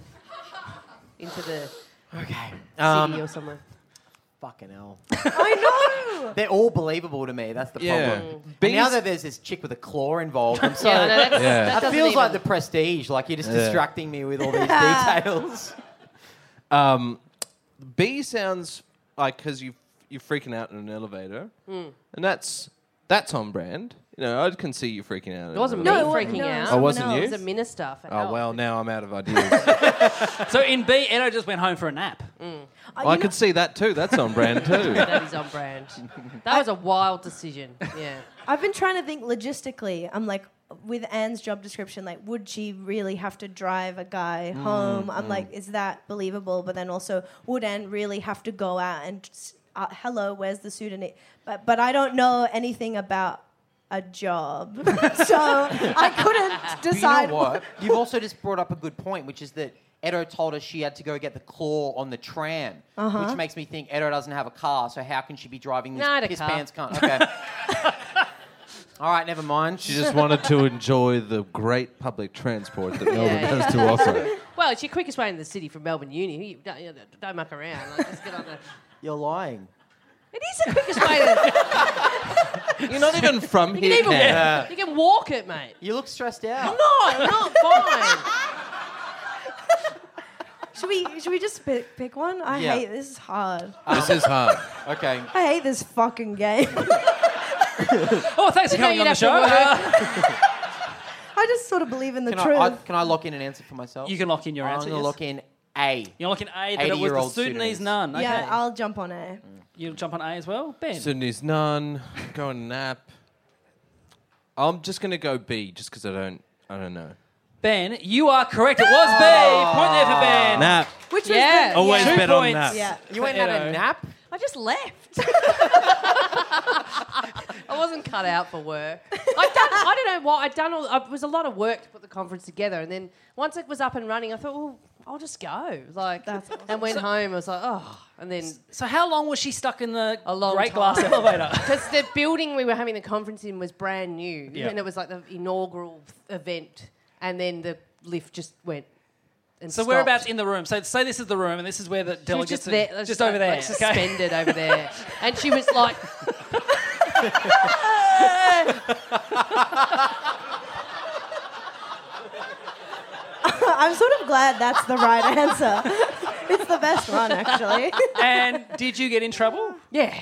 Speaker 3: into the
Speaker 6: Okay. Um,
Speaker 3: Um, city or somewhere.
Speaker 6: E fucking hell.
Speaker 4: I know.
Speaker 6: *laughs* They're all believable to me. That's the
Speaker 5: Yeah.
Speaker 6: problem.
Speaker 5: Mm.
Speaker 6: But now
Speaker 5: Bees-
Speaker 6: that there's this chick with a claw
Speaker 3: *laughs*
Speaker 6: involved, I'm so.
Speaker 3: Yeah, no, that's-
Speaker 5: Yeah.
Speaker 3: that
Speaker 6: That
Speaker 3: doesn't
Speaker 6: feels
Speaker 3: even-
Speaker 6: like the prestige. Like you're just
Speaker 5: Yeah.
Speaker 6: distracting me with all
Speaker 4: *laughs*
Speaker 6: these details.
Speaker 5: Um, *laughs* B sounds like because you you're freaking out in an elevator, and that's that's on brand. You know, I can see you freaking out. in
Speaker 3: It wasn't
Speaker 5: an
Speaker 3: me
Speaker 5: elevator.
Speaker 4: No, it wa-
Speaker 3: freaking
Speaker 4: no,
Speaker 3: out.
Speaker 4: someone
Speaker 5: Oh, wasn't else. you?
Speaker 3: It was a minister. For
Speaker 5: Oh
Speaker 3: help.
Speaker 5: well, now I'm out of ideas.
Speaker 1: So in B, Edo just went home for a nap.
Speaker 3: Mm.
Speaker 5: *laughs*
Speaker 4: I,
Speaker 3: Oh,
Speaker 5: Well, I could see that too. That's on brand too.
Speaker 3: That is on brand. That was a wild decision. Yeah.
Speaker 4: I've been trying to think logistically. I'm like, with Anne's job description, like, would she really have to drive a guy
Speaker 6: Mm,
Speaker 4: home? I'm like, is that believable? But then also, would Anne really have to go out and, s- uh, hello, where's the pseudonym? But but I don't know anything about a
Speaker 6: *laughs*
Speaker 4: job, so I couldn't
Speaker 6: But you know
Speaker 4: decide. *laughs*
Speaker 6: what? You've also just brought up a good point, which is that Edo told us she had to go get the claw on the tram, which makes me think Edo doesn't have a car, so how can she be driving this
Speaker 3: Uh-huh. Not a
Speaker 6: piss
Speaker 3: car.
Speaker 6: pants cunt? Okay.
Speaker 3: *laughs*
Speaker 6: All right, never mind.
Speaker 5: She just wanted to enjoy the great public transport that Melbourne
Speaker 3: yeah.
Speaker 5: has to offer.
Speaker 3: Well, it's your quickest way into the city from Melbourne Uni. You don't, you don't muck around. Like, just get on the.
Speaker 6: You're lying.
Speaker 3: It is the quickest way to.
Speaker 5: You're not *laughs* even from
Speaker 3: You
Speaker 5: here.
Speaker 3: can, even,
Speaker 5: now.
Speaker 3: you can walk it, mate.
Speaker 6: You look stressed out.
Speaker 3: No, I'm
Speaker 1: *laughs*
Speaker 3: not fine.
Speaker 4: Should we should we just pick, pick one? I
Speaker 6: Yeah.
Speaker 4: hate this is hard.
Speaker 5: This is hard.
Speaker 6: Okay.
Speaker 3: *laughs*
Speaker 4: I hate this fucking game. *laughs*
Speaker 1: Oh, thanks for
Speaker 3: You know
Speaker 1: coming
Speaker 3: you'd
Speaker 1: on the
Speaker 3: have to
Speaker 1: show.
Speaker 3: work.
Speaker 1: Uh,
Speaker 4: I just sort of believe in the
Speaker 6: Can
Speaker 4: truth.
Speaker 6: I, I, can I lock in an answer for myself?
Speaker 1: you can lock in your
Speaker 6: I'm
Speaker 1: answer.
Speaker 6: gonna
Speaker 1: yes.
Speaker 6: lock in A.
Speaker 1: *laughs* You're locking A, that it was the
Speaker 6: 80-year-old
Speaker 1: Sudanese
Speaker 6: Sudanese.
Speaker 1: nun. Okay.
Speaker 4: Yeah, I'll jump on it.
Speaker 1: You'll jump on A as well? Ben.
Speaker 5: Sydney's none. Go and nap. I'm just gonna go B, just because I don't. I don't know.
Speaker 1: ben, you are correct. It was
Speaker 3: Ah.
Speaker 1: B. Point there for Ben.
Speaker 7: Nap.
Speaker 4: Which
Speaker 3: Yeah.
Speaker 4: was the,
Speaker 7: Always
Speaker 4: yeah.
Speaker 7: bet on
Speaker 1: points.
Speaker 7: nap.
Speaker 4: yeah.
Speaker 6: You went and had
Speaker 1: Edo.
Speaker 6: a nap?
Speaker 3: I just *laughs* left. I wasn't cut out for work. I've done, I don't know why. I'd done all. It was a lot of work to put the conference together, and then once it was up and running, I thought, well, I'll just go. Like,
Speaker 4: That's awesome.
Speaker 3: and went home. I was like, oh, and then
Speaker 1: So how long was she stuck in the
Speaker 3: A long
Speaker 1: great
Speaker 3: time.
Speaker 1: glass
Speaker 3: *laughs*
Speaker 1: elevator?
Speaker 3: Because the building we were having the conference in was brand new,
Speaker 1: Yeah.
Speaker 3: and it was like the inaugural event, and then the lift just went. And
Speaker 1: so
Speaker 3: stopped.
Speaker 1: whereabouts in the room? So say this is the room and this is where the
Speaker 3: She was
Speaker 1: delegates
Speaker 3: just
Speaker 1: are-
Speaker 3: there,
Speaker 1: just over there.
Speaker 3: like,
Speaker 1: okay.
Speaker 3: suspended over there, and she was like,
Speaker 4: *laughs* I'm sort of glad that's the right answer. *laughs* It's the best one, actually.
Speaker 1: *laughs*
Speaker 4: *laughs*
Speaker 1: And did you get in trouble?
Speaker 3: "Yeah,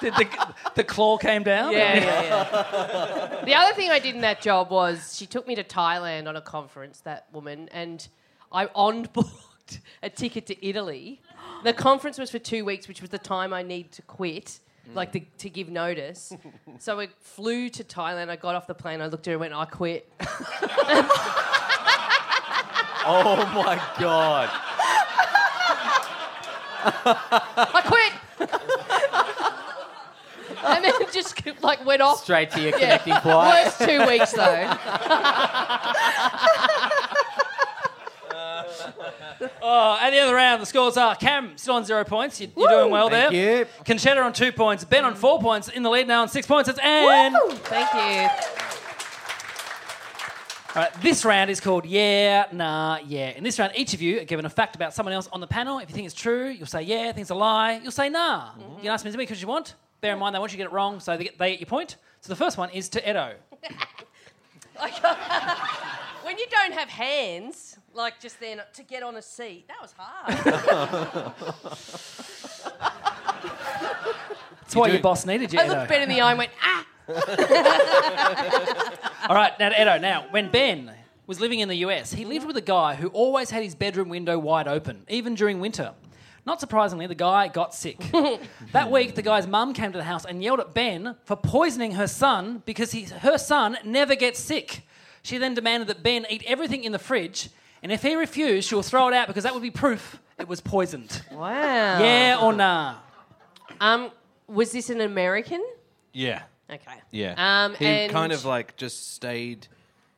Speaker 1: Did the, the claw came down?
Speaker 3: yeah, yeah, yeah. the other thing I did in that job was she took me to Thailand on a conference, that woman, and I on booked a ticket to Italy. The conference was for two weeks, which was the time I need to quit, like the, to give notice. so I flew to Thailand. I got off the plane. I looked at her and went, I quit.
Speaker 6: Oh my god.
Speaker 3: I quit. and then just like went off.
Speaker 6: Straight to your
Speaker 3: Yeah.
Speaker 6: connecting flight.
Speaker 3: Worst two weeks though.
Speaker 1: Oh, at the end of the round, the scores are Cam still on zero points. You, you're doing well
Speaker 6: Thank
Speaker 1: there.
Speaker 6: you.
Speaker 1: Conchetta on two points. Ben on four points. In the lead now on six points. It's Anne. All
Speaker 3: Thank you.
Speaker 1: right, this round is called Yeah, Nah, Yeah. In this round, each of you are given a fact about someone else on the panel. If you think it's true, you'll say yeah. If you think it's a lie, you'll say nah. You can ask me as many questions you want. Bear in mind, they want you to get it wrong, so they get, they get your point. So the first one is to Edo.
Speaker 3: When you don't have hands, like just then to get on a seat, that was *laughs* hard.
Speaker 1: That's why your boss needed you,
Speaker 3: I
Speaker 1: Edo.
Speaker 3: looked Ben in the eye and went, ah.
Speaker 1: All right, now to Edo. Now, when Ben was living in the US, he lived with a guy who always had his bedroom window wide open, even during winter. Not surprisingly, the guy got
Speaker 5: *laughs*
Speaker 1: sick. that week, the guy's mum came to the house and yelled at Ben for poisoning her son because he, her son never gets sick. She then demanded that Ben eat everything in the fridge, and if he refused, she will throw it out because that would be proof it was poisoned.
Speaker 3: Wow.
Speaker 5: Ah.
Speaker 1: Yeah or nah?
Speaker 3: Um, was this an American?
Speaker 5: Yeah.
Speaker 3: Okay.
Speaker 5: Yeah.
Speaker 3: Um,
Speaker 5: he
Speaker 3: and
Speaker 5: kind of like just stayed.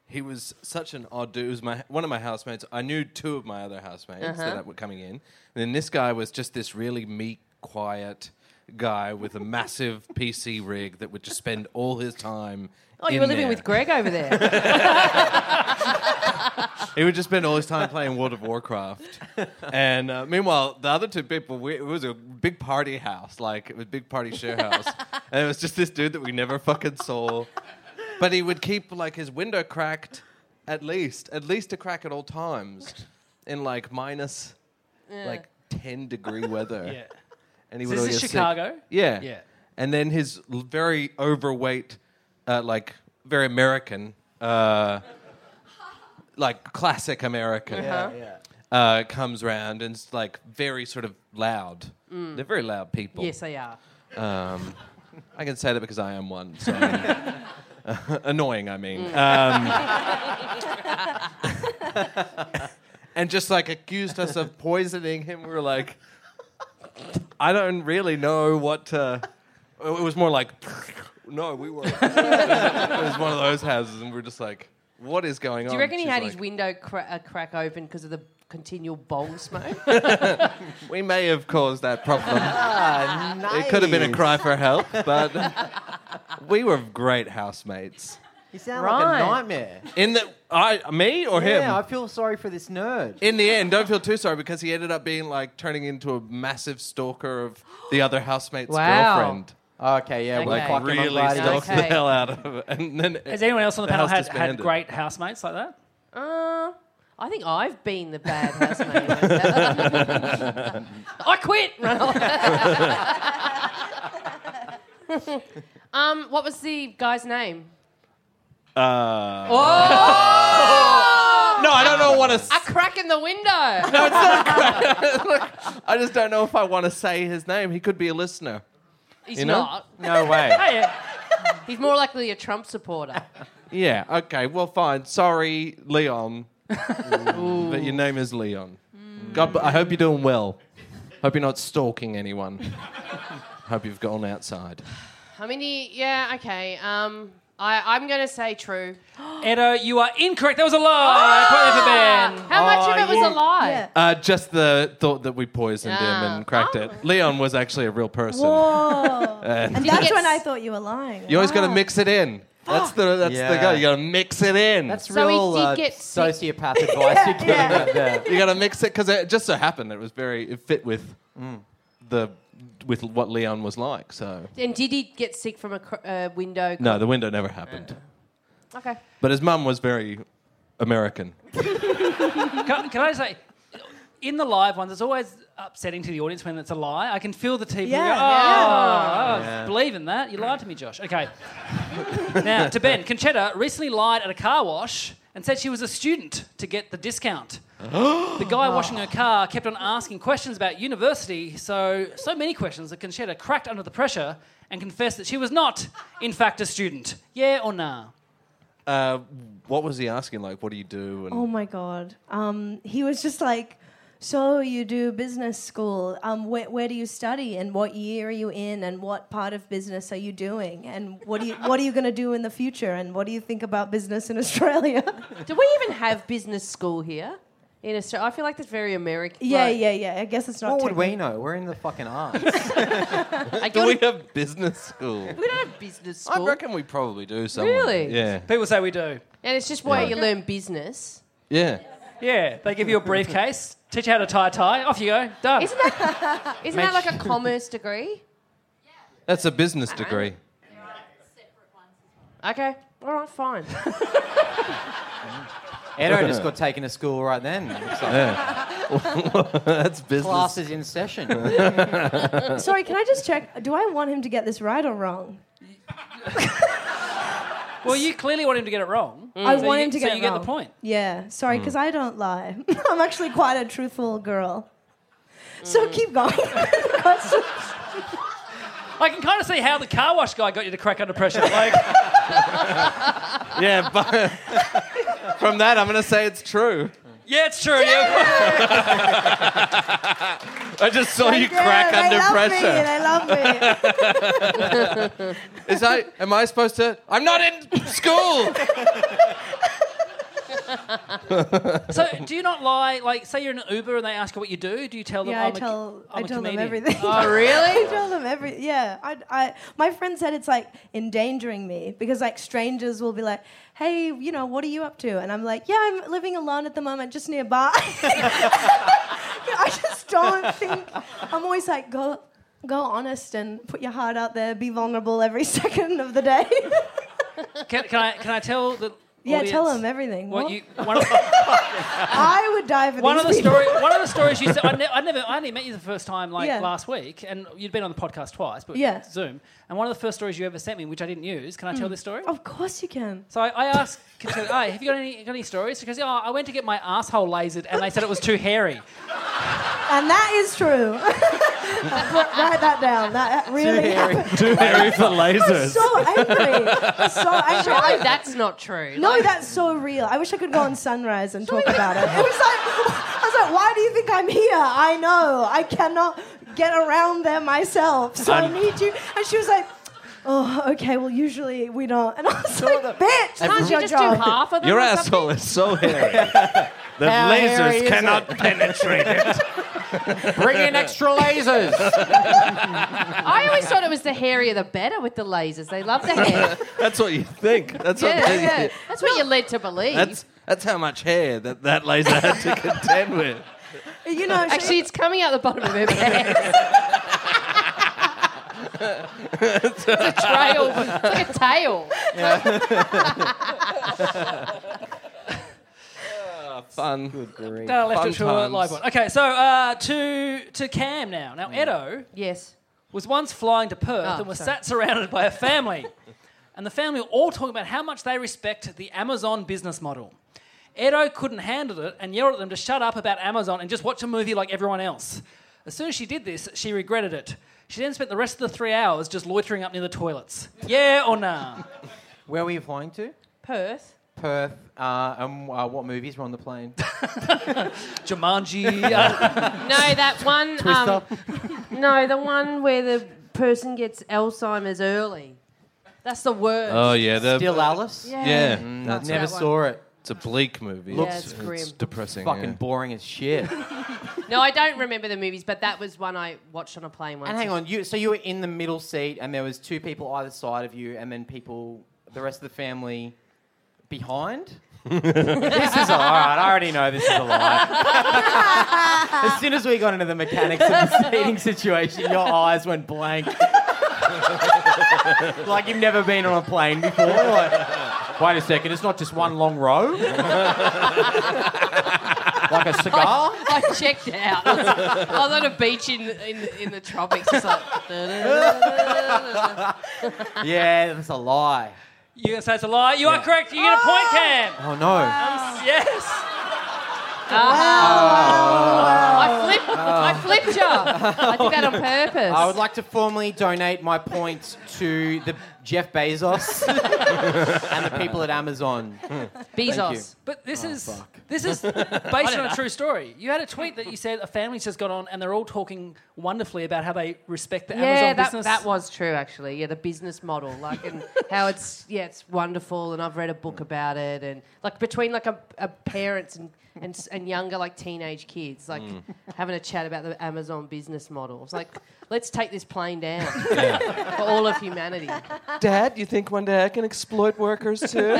Speaker 5: He was such an odd dude. It was my one of my housemates. I knew two of my other housemates
Speaker 3: Uh-huh.
Speaker 5: that were coming in. And then this guy was just this really meek, quiet guy with a massive PC rig that would just spend all his time.
Speaker 3: Oh, you *laughs*
Speaker 5: in
Speaker 3: were living
Speaker 5: there.
Speaker 3: with Greg over there.
Speaker 5: He would just spend all his time playing World of Warcraft. And uh, meanwhile, the other two people, we, it was a big party house, like it was a big party share house. and it was just this dude that we never fucking saw. But he would keep like his window cracked at least, at least a crack at all times in like minus like 10 degree weather.
Speaker 1: Yeah.
Speaker 5: And he
Speaker 1: So
Speaker 5: would
Speaker 1: this
Speaker 5: always
Speaker 1: is
Speaker 5: get sick.
Speaker 1: Chicago?
Speaker 5: Yeah.
Speaker 1: Yeah.
Speaker 5: And then his l- very overweight, uh, like very American, uh, like classic American,
Speaker 1: Uh-huh.
Speaker 6: Uh-huh.
Speaker 5: uh, comes round and is like very sort of loud. They're very loud people.
Speaker 3: Mm. Yes, they are.
Speaker 5: Um, I can say that because I am one. So
Speaker 3: *laughs*
Speaker 5: annoying, I mean.
Speaker 3: Mm. *laughs*
Speaker 5: Um, and just like accused us of poisoning him. We were like, I don't really know what to. It was more like, no, we were. *laughs* it was one of those houses, and we were just like, what is going on?
Speaker 3: Do you reckon he
Speaker 5: She's
Speaker 3: had
Speaker 5: like,
Speaker 3: his window cra- uh, crack open because of the continual bong *laughs* smoke?
Speaker 5: We may have caused that problem.
Speaker 6: nice.
Speaker 5: it could have been a cry for help, but uh, we were great housemates.
Speaker 6: You sound
Speaker 3: Right.
Speaker 6: like a nightmare.
Speaker 5: In the I me or him?
Speaker 6: Yeah, I feel sorry for this nerd.
Speaker 5: in the end, don't feel too sorry because he ended up being like turning into a massive stalker of the other housemate's
Speaker 3: Wow.
Speaker 5: girlfriend.
Speaker 6: Okay, yeah,
Speaker 3: Okay.
Speaker 6: well, fuck him, I'm
Speaker 5: Really
Speaker 6: glad he
Speaker 5: stalked
Speaker 6: was-
Speaker 3: Okay.
Speaker 5: the hell out of it. And then
Speaker 1: Has anyone else on the,
Speaker 5: The
Speaker 1: panel had,
Speaker 5: house
Speaker 1: had
Speaker 5: disbanded.
Speaker 1: great housemates like that?
Speaker 3: Uh, I think I've been the bad housemate. like *laughs* that. I quit. Run away. um, what was the guy's name?
Speaker 5: Uh,
Speaker 3: Oh,
Speaker 5: No, I don't know what to. s-
Speaker 3: a crack in the *laughs* window.
Speaker 5: I just don't know if I want to say his name. He could be a listener.
Speaker 3: He's
Speaker 5: You know?
Speaker 3: not.
Speaker 6: No
Speaker 5: *laughs*
Speaker 6: way.
Speaker 1: Hey, uh,
Speaker 3: He's more likely a Trump supporter.
Speaker 5: Yeah. Okay. Well, fine. Sorry, Leon. Mm. but your name is Leon. God, I hope you're doing well. Hope you're not stalking anyone. *laughs* hope you've gone outside.
Speaker 3: I mean, he, yeah, okay. Um, I, I'm going to say true.
Speaker 1: Edo, you are incorrect. That was a lie. Point there for Ben.
Speaker 3: How much of it was a lie? *laughs*
Speaker 4: Yeah.
Speaker 5: Uh, just the thought that we poisoned him
Speaker 3: Ah.
Speaker 5: and cracked it. Leon was actually a real person.
Speaker 4: Whoa. and that's
Speaker 3: get
Speaker 4: when I
Speaker 3: s-
Speaker 4: thought you were lying.
Speaker 5: You always got to mix it in. That's the that's the
Speaker 6: Yeah.
Speaker 5: go. You got to mix it in.
Speaker 6: That's
Speaker 3: So he
Speaker 6: real
Speaker 3: did
Speaker 6: uh,
Speaker 3: get sick. *laughs*
Speaker 6: sociopath advice you're giving out there.
Speaker 5: you got to mix it because it just so happened it was very it fit with the with what Leon was like. So
Speaker 3: And did he get sick from a cr- uh, window?
Speaker 5: no, the window never happened.
Speaker 3: Okay.
Speaker 5: But his mum was very American.
Speaker 1: Can, can I say, in the live ones, it's always upsetting to the audience when it's a lie. I can feel the TV.
Speaker 4: Yeah.
Speaker 1: go, oh,
Speaker 4: Yeah.
Speaker 1: oh, believe in that. You lied to me, Josh. Okay. now, to Ben. Conchetta recently lied at a car wash and said she was a student to get the discount. the guy washing her car kept on asking questions about university, so so many questions that Conchetta cracked under the pressure and confessed that she was not, in fact, a student. Yeah or nah?
Speaker 5: Uh, what was he asking? Like, what do you do? And
Speaker 4: Oh my god. Um, he was just like, so you do business school. Um, where, where do you study, and what year are you in, and what part of business are you doing, and what do you what are you going to do in the future, and what do you think about business in Australia? *laughs*
Speaker 3: Do we even have business school here in Australia? I feel like that's very American.
Speaker 4: yeah,
Speaker 3: Like,
Speaker 4: yeah, yeah. I guess it's not.
Speaker 6: What would we
Speaker 4: technical.
Speaker 6: know? We're in the fucking *laughs* arts.
Speaker 3: I
Speaker 5: do
Speaker 3: got
Speaker 5: *laughs* we
Speaker 3: it.
Speaker 5: have business school?
Speaker 3: we don't have Oh, business
Speaker 5: I
Speaker 3: school.
Speaker 5: reckon we probably do somewhere.
Speaker 3: Really?
Speaker 5: Yeah.
Speaker 1: People say we do.
Speaker 3: And it's just where you learn business.
Speaker 5: Yeah.
Speaker 1: Yeah, they give you a briefcase, teach you how to tie a tie. Off you go. Done.
Speaker 3: Isn't that, isn't that like a commerce degree?
Speaker 5: That's a business degree.
Speaker 3: Okay. All right,
Speaker 5: *laughs*
Speaker 3: fine.
Speaker 6: Edo just got taken to school right then. Looks
Speaker 5: *laughs*
Speaker 6: like
Speaker 5: That's business.
Speaker 6: classes in session.
Speaker 4: Sorry, can I just check? Do I want him to get this right or wrong?
Speaker 1: Well, you clearly want him to get it wrong.
Speaker 4: I
Speaker 1: So
Speaker 4: want
Speaker 1: you-
Speaker 4: him to
Speaker 1: so
Speaker 4: get it
Speaker 1: you get the
Speaker 4: wrong.
Speaker 1: point.
Speaker 4: Yeah, sorry,
Speaker 5: Mm.
Speaker 4: because I don't lie. *laughs* I'm actually quite a truthful girl. So
Speaker 5: Mm.
Speaker 4: keep going. *laughs*
Speaker 5: *laughs*
Speaker 4: Question-
Speaker 1: I can kind of see how the car wash guy got you to crack under pressure.
Speaker 4: *laughs*
Speaker 1: Like,
Speaker 5: *laughs* Yeah, but *laughs* from that, I'm going to say it's true.
Speaker 1: yeah, it's true. Yeah.
Speaker 5: I just saw you
Speaker 4: Like, yeah,
Speaker 5: crack under
Speaker 4: they love
Speaker 5: pressure.
Speaker 4: Me, they love me.
Speaker 5: Is I am I supposed to? I'm not in school.
Speaker 1: So, do you not lie? Like, say you're in an Uber and they ask you what you do. Do you tell them?
Speaker 4: Yeah, I
Speaker 1: I'm a-
Speaker 4: tell
Speaker 1: I'm
Speaker 4: I
Speaker 1: a
Speaker 4: tell them
Speaker 1: comedian."
Speaker 4: everything.
Speaker 1: Oh, really?
Speaker 4: *laughs* I tell them every yeah. I, I my friend said it's like endangering me because like strangers will be like, hey, you know, what are you up to? And I'm like, yeah, I'm living alone at the moment, just nearby. *laughs* I just don't think I'm always like go go honest and put your heart out there, be vulnerable every *laughs* second of the day. *laughs*
Speaker 1: Can, can I? Can I tell the?
Speaker 4: yeah, tell
Speaker 1: audience
Speaker 4: them everything.
Speaker 1: What
Speaker 4: What?
Speaker 1: you? One
Speaker 4: *laughs*
Speaker 1: of,
Speaker 4: I would die for
Speaker 1: one
Speaker 4: these
Speaker 1: of the
Speaker 4: people.
Speaker 1: story. One of the stories you said. I, ne- I never. I only met you the first time, like
Speaker 4: Yeah.
Speaker 1: last week, and you'd been on the podcast twice, but
Speaker 4: Yeah. Hmm.
Speaker 1: Zoom. And one of the first stories you ever sent me, which I didn't use. Can I tell this story?
Speaker 4: Of course you can.
Speaker 1: So I, I asked, Katrina, hey, have you got any, got any stories? She goes, oh, I went to get my asshole lasered and they said it was too hairy.
Speaker 4: And that is true. *laughs* Write that down. That really happened.
Speaker 8: Too hairy for
Speaker 4: I'm
Speaker 8: lasers.
Speaker 4: so angry. I'm
Speaker 3: *laughs*
Speaker 4: so angry.
Speaker 3: Surely
Speaker 4: I,
Speaker 3: that's not true.
Speaker 4: no,
Speaker 3: Like,
Speaker 4: that's so real. I wish I could go on Sunrise and
Speaker 3: *laughs*
Speaker 4: talk about it. It was like, *laughs* I was like, why do you think I'm here? I know. I cannot get around there myself. So I need you. And she was like, oh, okay, well, usually we don't. And I was like, bitch, this
Speaker 3: can't
Speaker 4: is
Speaker 3: you
Speaker 4: your
Speaker 3: just
Speaker 4: job.
Speaker 3: do half of them?
Speaker 7: Your
Speaker 3: or something?
Speaker 7: asshole is so hairy. The
Speaker 6: How hairy
Speaker 7: lasers
Speaker 6: is it?
Speaker 7: cannot penetrate
Speaker 5: *laughs*
Speaker 7: it.
Speaker 6: Bring in extra lasers.
Speaker 3: I always thought it was the hairier the better with the lasers. They love the
Speaker 5: *laughs*
Speaker 3: hair.
Speaker 7: That's what you think. That's
Speaker 3: yeah,
Speaker 7: what they,
Speaker 3: yeah. That's what you're led to believe.
Speaker 7: That's that's how much hair that that laser had to *laughs* contend with.
Speaker 4: You know, she-
Speaker 3: Actually, it's coming out the bottom of her pants. it's a trail. It's like a tail.
Speaker 7: Fun. Good grief.
Speaker 1: No, I left
Speaker 7: Fun
Speaker 1: it to a
Speaker 7: times.
Speaker 1: live one. Okay, so uh, to, to Cam now. Now,
Speaker 7: Mm.
Speaker 1: Edo
Speaker 3: Yes.
Speaker 1: was once flying to Perth
Speaker 3: Oh,
Speaker 1: and was
Speaker 3: sorry.
Speaker 1: sat surrounded by a family. *laughs* and the family were all talking about how much they respect the Amazon business model. Edo couldn't handle it and yelled at them to shut up about Amazon and just watch a movie like everyone else. As soon as she did this, she regretted it. She then spent the rest of the three hours just loitering up near the toilets. Yeah or nah?
Speaker 6: Where were you flying to?
Speaker 3: Perth.
Speaker 6: Perth. Uh, and uh, what movies were on the *laughs* plane?
Speaker 3: *laughs*
Speaker 1: Jumanji. uh,
Speaker 3: No, that one. Um, no, the one where the person gets Alzheimer's early. That's the worst.
Speaker 7: Oh yeah, the
Speaker 6: Still Alice.
Speaker 3: yeah.
Speaker 7: yeah. Mm.
Speaker 3: That's
Speaker 7: That's
Speaker 6: Never
Speaker 3: that one.
Speaker 6: saw it.
Speaker 7: it's a bleak movie.
Speaker 3: Looks- it's grim.
Speaker 7: depressing.
Speaker 6: Fucking
Speaker 7: yeah.
Speaker 6: boring as shit.
Speaker 3: No, I don't remember the movies, but that was one I watched on a plane once.
Speaker 6: and hang on, you so you were in the middle seat, and there was two people either side of you, and then people, the rest of the family, behind. this is all right. I already know this is a *laughs* lie. as soon as we got into the mechanics of the seating situation, your eyes went blank. *laughs* like you've never been on a plane before. Like, Wait a second, it's not just one long row. *laughs* like a *laughs*
Speaker 3: *laughs*
Speaker 6: cigar.
Speaker 3: I checked out. I was, I was on a beach in, in, in the tropics. It's like, *laughs*
Speaker 6: Yeah, that's a lie.
Speaker 1: you going to say it's a lie? You are correct. You get a point,
Speaker 3: Ah!
Speaker 1: Cam.
Speaker 6: Oh no.
Speaker 1: Yes.
Speaker 3: I flipped. I flipped you. I did that on purpose.
Speaker 6: I would like to formally donate my points to the Jeff Bezos *laughs* and the people at Amazon.
Speaker 3: Bezos.
Speaker 1: But this is this is based on a true story. You had a tweet that you said a family's just got on and they're all talking wonderfully about how they respect the
Speaker 3: Yeah,
Speaker 1: Amazon
Speaker 3: that,
Speaker 1: business.
Speaker 3: that was true actually. Yeah, the business model, like,
Speaker 1: *laughs*
Speaker 3: and how it's yeah, it's wonderful. And I've read a book about it, and like between like a, a parents and, and s- and younger like teenage kids, like
Speaker 6: Mm.
Speaker 3: having a chat about the Amazon business model. It's like, let's take this plane
Speaker 6: *laughs*
Speaker 3: down for all of humanity.
Speaker 5: Uh, Dad, you think one day I can
Speaker 7: *laughs*
Speaker 5: exploit workers too?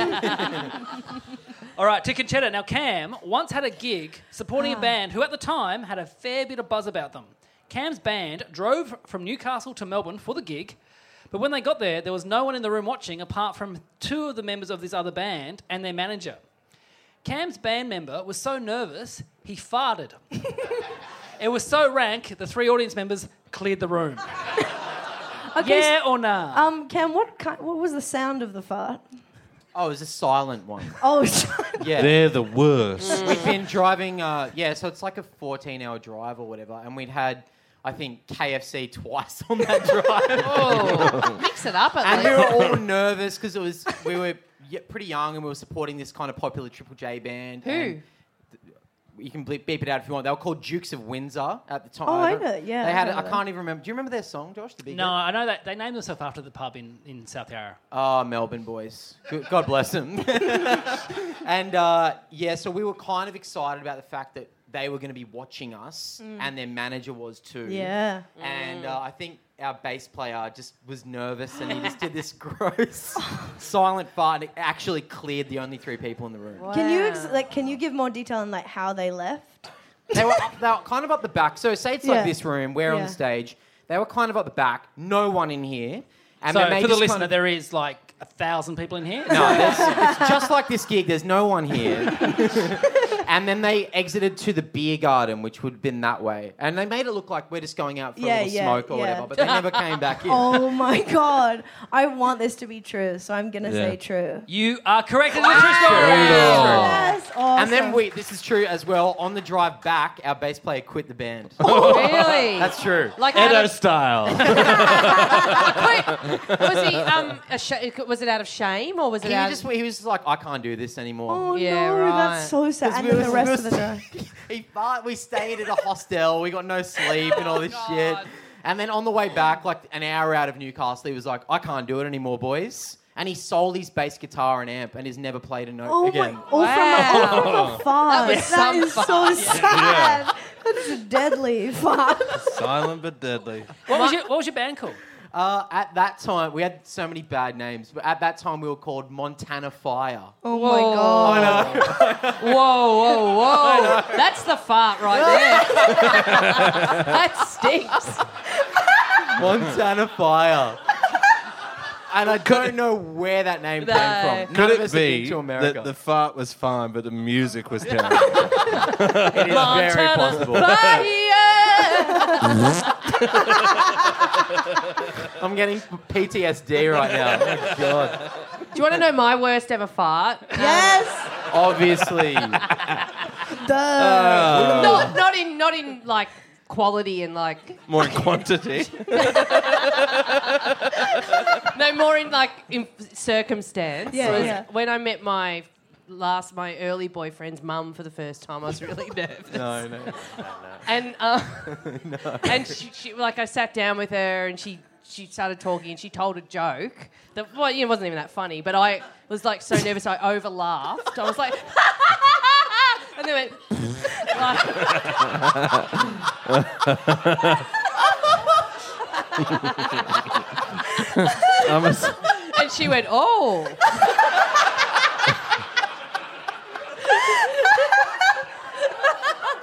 Speaker 1: All right, to Conchetta. Now, Cam once had a gig supporting a band who at the time had a fair bit of buzz about them. Cam's band drove from Newcastle to Melbourne for the gig, but when they got there, there was no one in the room watching apart from two of the members of this other band and their manager. Cam's band member was so nervous, he farted. it was so rank, the three audience members cleared the room.
Speaker 4: okay,
Speaker 1: Yeah or nah?
Speaker 4: um, Cam, what kind, what was the sound of the fart?
Speaker 6: Oh, it was a silent one.
Speaker 4: Oh, *laughs*
Speaker 6: Yeah.
Speaker 7: They're the worst.
Speaker 6: We've been driving, uh, yeah, so it's like a 14 hour drive or whatever, and we'd had, I think, KFC twice on that *laughs* drive.
Speaker 3: Oh, mix it up at
Speaker 6: And we
Speaker 3: least.
Speaker 6: were all nervous because it was, we were y- pretty young and we were supporting this kind of popular Triple J band.
Speaker 3: Who?
Speaker 6: and you can bleep, beep it out if you want. They were called Dukes of Windsor at the time.
Speaker 4: Oh, I
Speaker 6: don't-
Speaker 4: know, yeah,
Speaker 6: They
Speaker 4: I
Speaker 6: had. I,
Speaker 4: remember
Speaker 6: I
Speaker 4: that.
Speaker 6: can't even remember. Do you remember their song, Josh? The big
Speaker 1: No,
Speaker 6: hit?
Speaker 1: I know that they named themselves after the pub in, in South Yarra.
Speaker 6: Oh, Melbourne boys. Good- God bless them. *laughs* and uh, yeah, so we were kind of excited about the fact that they were going to be watching us, and their manager was too.
Speaker 4: Mm. Yeah. Mm.
Speaker 6: And uh, I think our bass player just was nervous, and he just did this *laughs* gross silent fart, and it actually cleared the only three people in the room.
Speaker 4: Can you ex- like? Can you give more detail on like how they left?
Speaker 6: They were, up, they were kind of up the back. So say it's
Speaker 4: Yeah.
Speaker 6: like this room, we're on
Speaker 4: Yeah.
Speaker 6: the stage. They were kind of up the back. No one in here. And
Speaker 1: So
Speaker 6: then they
Speaker 1: for the
Speaker 6: just
Speaker 1: listener,
Speaker 6: kind of-
Speaker 1: there is like a thousand people in here.
Speaker 6: No, there's- it's just like this gig. There's no one here. *laughs* and then they exited to the beer garden, which would have been that way. And they made it look like we're just going out for
Speaker 4: Yeah,
Speaker 6: a little
Speaker 4: yeah,
Speaker 6: smoke or
Speaker 4: yeah.
Speaker 6: whatever, but they never came back
Speaker 4: *laughs*
Speaker 6: in.
Speaker 4: Oh my god! I want this to be true, so I'm gonna say true.
Speaker 1: You are correct. It's a
Speaker 4: Ah!
Speaker 1: true story.
Speaker 4: Yes, awesome.
Speaker 6: And then we, this is true as well, on the drive back, our bass player quit the band.
Speaker 3: really?
Speaker 6: That's true.
Speaker 3: like out *laughs* of-
Speaker 7: style. *laughs*
Speaker 3: Wait, was he um a sh- was it out of shame or was it
Speaker 6: He,
Speaker 3: out
Speaker 6: just, he was just like, I can't do this anymore.
Speaker 4: Oh
Speaker 3: Yeah,
Speaker 4: no,
Speaker 3: right.
Speaker 4: that's so sad.
Speaker 6: 'Cause
Speaker 4: And
Speaker 6: we
Speaker 4: then
Speaker 6: were-
Speaker 4: the
Speaker 6: we
Speaker 4: rest
Speaker 6: were
Speaker 4: of the day.
Speaker 6: *laughs* He fart. We stayed at a hostel. We got no sleep and all this
Speaker 3: Oh,
Speaker 6: shit. And then on the way back, like an hour out of Newcastle, he was like, "I can't do it anymore, boys." And he sold his bass guitar and amp, and he's never played a note
Speaker 4: Oh
Speaker 6: again.
Speaker 4: my! All from a, all from a fart.
Speaker 3: was
Speaker 4: that
Speaker 3: some
Speaker 4: is so
Speaker 3: fart.
Speaker 4: sad. That is a deadly fart.
Speaker 7: Silent but deadly.
Speaker 1: What was, your, what was your band called?
Speaker 6: Uh, at that time, we had so many bad names, but at that time we were called Montana Fire.
Speaker 4: Oh my god!
Speaker 3: Whoa, *laughs* whoa, whoa! That's the fart right there. *laughs* that stinks.
Speaker 6: *laughs* Montana Fire. And I don't know where that name
Speaker 3: No.
Speaker 6: came from. None
Speaker 7: Could
Speaker 6: of us
Speaker 7: it
Speaker 6: have been
Speaker 7: be
Speaker 6: to America?
Speaker 7: that the fart was fine, but the music was *laughs* terrible?
Speaker 6: it is very possible.
Speaker 3: Fire!
Speaker 6: I'm getting PTSD right now. Oh my God.
Speaker 3: Do you want to know my worst ever fart?
Speaker 4: Yes.
Speaker 6: *laughs* Obviously.
Speaker 4: Duh.
Speaker 6: Uh,
Speaker 3: Um, Not, not in, not in like quality and like
Speaker 7: More in quantity.
Speaker 3: no more in like in circumstance.
Speaker 4: Yeah,
Speaker 3: was
Speaker 4: yeah.
Speaker 3: When I met my last, my early boyfriend's mum for the first time, I was really *laughs* nervous.
Speaker 6: no, no.
Speaker 3: and
Speaker 5: *laughs*
Speaker 3: uh, and she, she like I sat down with her and she she started talking and she told a joke that well you know, it wasn't even that funny but I was like so nervous I over laughed I was like *laughs* and then went *laughs* like,
Speaker 7: I'm a s-
Speaker 3: and she went oh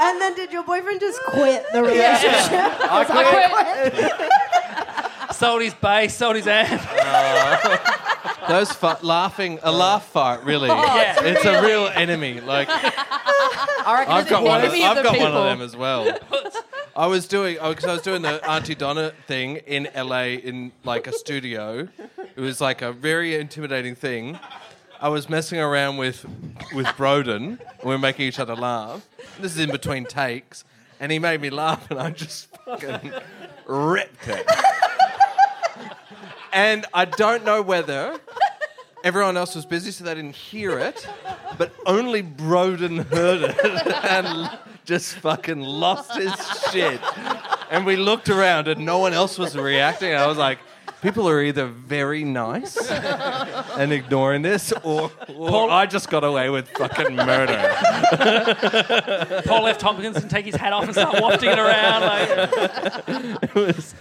Speaker 4: And then did your boyfriend just quit the relationship? *laughs*
Speaker 6: I quit.
Speaker 1: Sold his bass, sold his amp.
Speaker 5: Those fa- laughing, a laugh fart, really.
Speaker 7: Oh,
Speaker 1: Yeah.
Speaker 5: It's a real enemy. Like I've got one. Of,
Speaker 3: enemy of
Speaker 5: I've
Speaker 3: the
Speaker 5: got one
Speaker 3: people. *laughs*
Speaker 5: of them as well. I was doing because I was doing the Auntie Donna thing in LA in like a studio. It was like a very intimidating thing. I was messing around with with Broden. And we were making each other laugh. This is in between takes, and he made me laugh, and I just fucking ripped it. And I don't know whether everyone else was busy, so they didn't hear it, but only Broden heard it and just fucking lost his shit. And we looked around, and no one else was reacting. I was like, people are either very nice and ignoring this, or, or I just got away with fucking *laughs* murder.
Speaker 1: Paul F. Tompkins and take his hat off and start wafting it around. Like,
Speaker 7: It was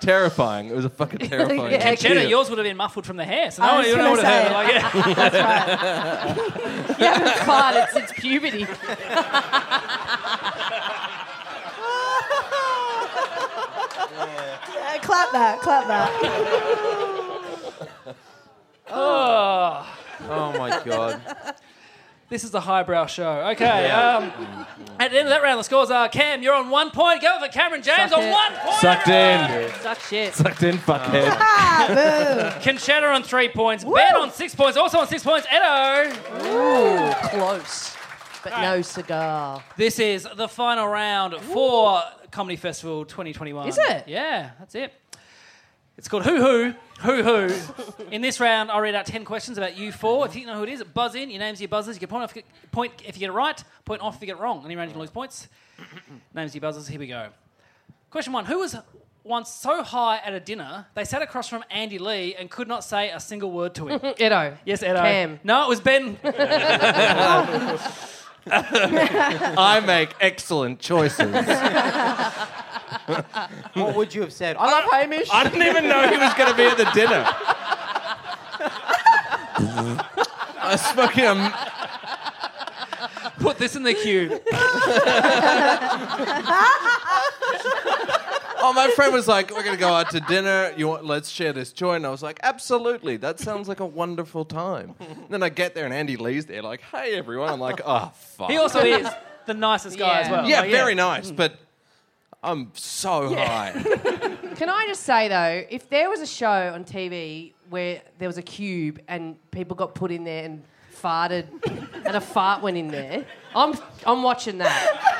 Speaker 7: terrifying. It was a fucking terrifying.
Speaker 3: Yeah.
Speaker 1: Jenna,
Speaker 7: Cute.
Speaker 1: yours would have been muffled from the hair, so
Speaker 4: I
Speaker 1: no one
Speaker 4: was
Speaker 1: would have
Speaker 4: gonna
Speaker 1: heard it.
Speaker 4: say.
Speaker 1: Like, yeah.
Speaker 3: you haven't farted since puberty
Speaker 4: Uh, clap that, clap that.
Speaker 6: Oh my god.
Speaker 1: This is a highbrow show. Okay. Um, at the end of that round, the scores are Cam, you're on one point. Go for Cameron James
Speaker 3: Suck
Speaker 1: on
Speaker 3: it.
Speaker 1: one point.
Speaker 7: Sucked in.
Speaker 3: suck shit
Speaker 7: Sucked in, fuckhead.
Speaker 1: Conchetta on three points. Ben on six points. Also on six points, Edo.
Speaker 3: ooh close but no cigar
Speaker 1: This is the final round for Comedy Festival 2021.
Speaker 3: Is it?
Speaker 1: Yeah, that's it. It's called Who Who Who
Speaker 3: *laughs*
Speaker 1: Who. In this round, I read out ten questions about you four. If you know who it is, buzz in. Your names, your buzzers. You get point off. Point if you get it right. Point off if you get it wrong. Any round you can lose
Speaker 3: *coughs*
Speaker 1: points. names, your buzzers. Here we go. Question one: Who was once so high at a dinner they sat across from Andy Lee and could not say a single word to
Speaker 3: *laughs*
Speaker 1: him?
Speaker 3: Edo.
Speaker 1: yes, Edo.
Speaker 3: Cam.
Speaker 1: No, it was
Speaker 3: *laughs*
Speaker 1: Ben.
Speaker 5: I make excellent choices.
Speaker 6: What would you have said? I love Hamish.
Speaker 5: *laughs* I didn't even know he was going to be at the dinner. I was smoking a.
Speaker 1: Put this in the queue.
Speaker 5: Oh, my friend was like, "We're going to go out to dinner. You want, let's share this joy." And I was like, "Absolutely. That sounds like a wonderful time." And then I get there, and Andy Lee's there, like, "Hey, everyone." I'm like, "Oh, fuck."
Speaker 1: He also is the nicest guy
Speaker 3: Yeah.
Speaker 1: as well. Oh,
Speaker 5: yeah,
Speaker 1: Like,
Speaker 5: very nice, but I'm so
Speaker 1: *laughs*
Speaker 5: high.
Speaker 3: Can I just say though, if there was a show on TV where there was a cube and people got put in there and farted and a fart went in there, I'm I'm watching that.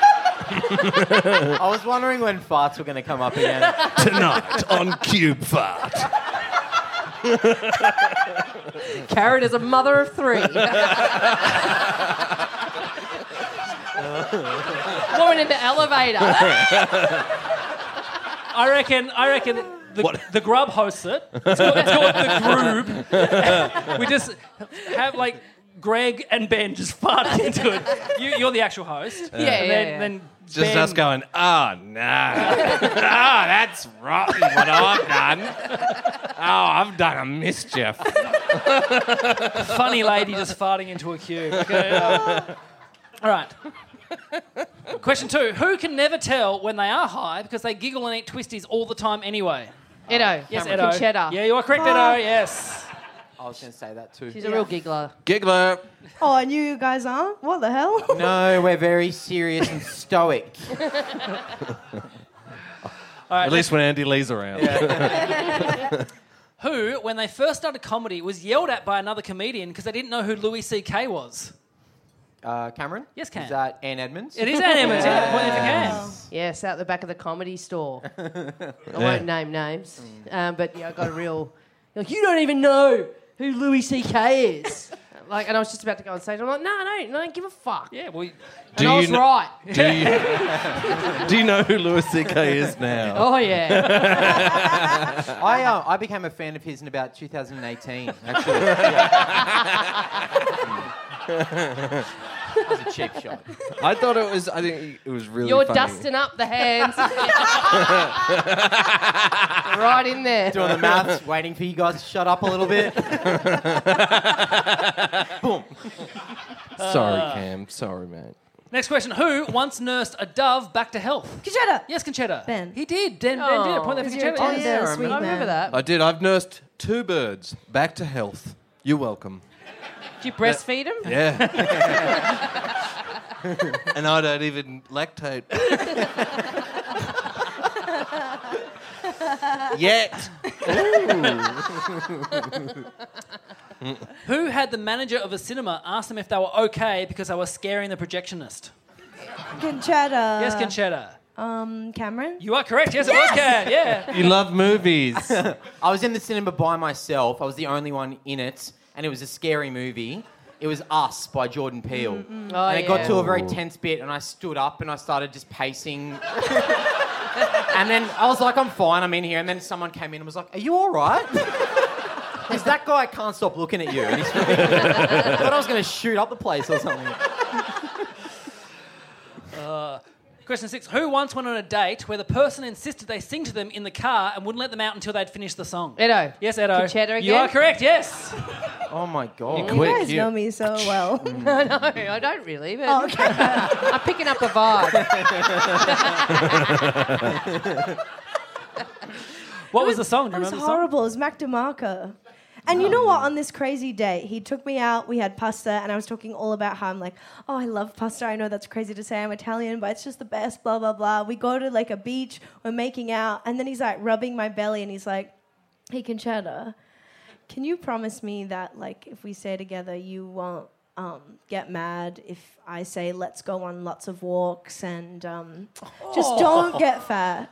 Speaker 6: I was wondering when farts were going to come up again.
Speaker 7: Tonight on Cube Fart.
Speaker 3: Carrot is a mother of three. *laughs* Lauren in the elevator.
Speaker 1: I reckon. I reckon the, the grub hosts it. It's called, it's called the Grub. we just have like Greg and Ben just farted into it. You, you're the actual host.
Speaker 3: Yeah, yeah,
Speaker 1: And then,
Speaker 3: yeah.
Speaker 1: then
Speaker 5: Just
Speaker 1: Ben-
Speaker 5: us going, "Oh
Speaker 1: *laughs*
Speaker 5: no, oh that's rotten what I've
Speaker 1: *laughs*
Speaker 5: done. Oh, I've done a mischief."
Speaker 1: *laughs* funny lady just farting into a cube. Okay. uh, All right. Question two: Who can never tell when they are high because they giggle and eat twisties all the time anyway?
Speaker 3: Edo.
Speaker 1: Yes,
Speaker 3: Cameron.
Speaker 1: Edo.
Speaker 3: Conchetta. Ah.
Speaker 1: Yeah, you are correct, Edo. Yes.
Speaker 6: I was going to say that too.
Speaker 3: She's a real giggler.
Speaker 5: Giggler.
Speaker 4: Oh, and you guys aren't? What the hell? *laughs*
Speaker 6: No, we're very serious and stoic.
Speaker 5: At least when Andy Lee's around.
Speaker 1: who, when they first started comedy, was yelled at by another comedian because they didn't know who Louis C.K. was.
Speaker 6: *laughs* Uh, Cameron?
Speaker 1: Yes, Cam.
Speaker 6: Is that Ann Edmonds?
Speaker 1: It is Ann Edmonds. Yeah. Point if you can.
Speaker 3: Yes, out the back of the comedy store. I won't name names, um, but yeah, I got a real. Like, you don't even know who Louis C.K. is. like, and I was just about to go on stage. I'm like, no, no, no, don't give a fuck.
Speaker 1: Yeah, well,
Speaker 3: and I
Speaker 5: you
Speaker 3: was
Speaker 5: kn-
Speaker 3: right.
Speaker 5: Do you, *laughs* do you know who Louis C.K. is now?
Speaker 3: Oh yeah,
Speaker 6: I, uh, I became a fan of his in about *laughs* 2018, actually. that was a cheap shot.
Speaker 5: I thought it was. I think it was really.
Speaker 3: you're
Speaker 5: funny.
Speaker 3: dusting up the hands. right in there.
Speaker 6: Doing the
Speaker 3: *laughs*
Speaker 6: maths, waiting for you guys to shut up a little bit.
Speaker 5: Sorry, Cam. Sorry, mate.
Speaker 1: next question. Who once nursed a dove back to health?
Speaker 4: Conchetta.
Speaker 1: Yes, Conchetta.
Speaker 4: Ben.
Speaker 1: He did. Dan, ben did it. Point that for
Speaker 4: Because
Speaker 1: Conchetta.
Speaker 4: you're a tender,
Speaker 6: I
Speaker 4: sweet
Speaker 6: remember-
Speaker 3: I remember
Speaker 4: man.
Speaker 3: that.
Speaker 5: I did. I've nursed two birds back to health. You're welcome.
Speaker 3: Did you breastfeed him?
Speaker 5: *laughs* Yeah. and I don't even lactate. Yet.
Speaker 1: Who had the manager of a cinema ask them if they were okay because they were scaring the projectionist?
Speaker 4: Conchetta.
Speaker 1: yes, Conchetta.
Speaker 4: Um, Cameron?
Speaker 1: You are correct. Yes, it was Cam. Yeah.
Speaker 5: You love movies.
Speaker 6: I was in the cinema by myself. I was the only one in it, and it was a scary movie. It was Us by Jordan Peele.
Speaker 3: Oh,
Speaker 6: and it got
Speaker 3: yeah.
Speaker 6: to a very tense bit, and I stood up and I started
Speaker 3: *laughs*
Speaker 6: just pacing. and then I was like, I'm fine, I'm in here. And then someone came in and was like, Are you
Speaker 3: *laughs*
Speaker 6: all right? Because that guy can't stop looking at you.
Speaker 3: *laughs*
Speaker 6: And he's really- thought I was going to shoot up the place or something.
Speaker 1: Question six. Who once went on a date where the person insisted they sing to them in the car and wouldn't let them out until they'd finished the song?
Speaker 3: Edo.
Speaker 1: Yes, Edo.
Speaker 3: Conchetta
Speaker 1: You are
Speaker 3: again?
Speaker 1: correct. Yes.
Speaker 6: Oh my God.
Speaker 4: You
Speaker 5: Quick,
Speaker 4: guys
Speaker 5: you-
Speaker 4: know me so well.
Speaker 3: No, I don't really, but *laughs* I'm picking up a vibe.
Speaker 1: What was, the song? Do
Speaker 4: It
Speaker 1: you
Speaker 4: was
Speaker 1: remember the song?
Speaker 4: horrible. It was Mac DeMarco. And you know what? On this crazy date, he took me out. We had pasta, and I was talking all about how I'm like, oh, I love pasta. I know that's crazy to say I'm Italian, but it's just the best. Blah blah blah. We go to like a beach. We're making out, and then he's like rubbing my belly, and he's like, hey, Conchetta, can you promise me that like if we stay together, you won't um, get mad if I say let's go on lots of
Speaker 6: Oh.
Speaker 4: walks and um, just don't get fat.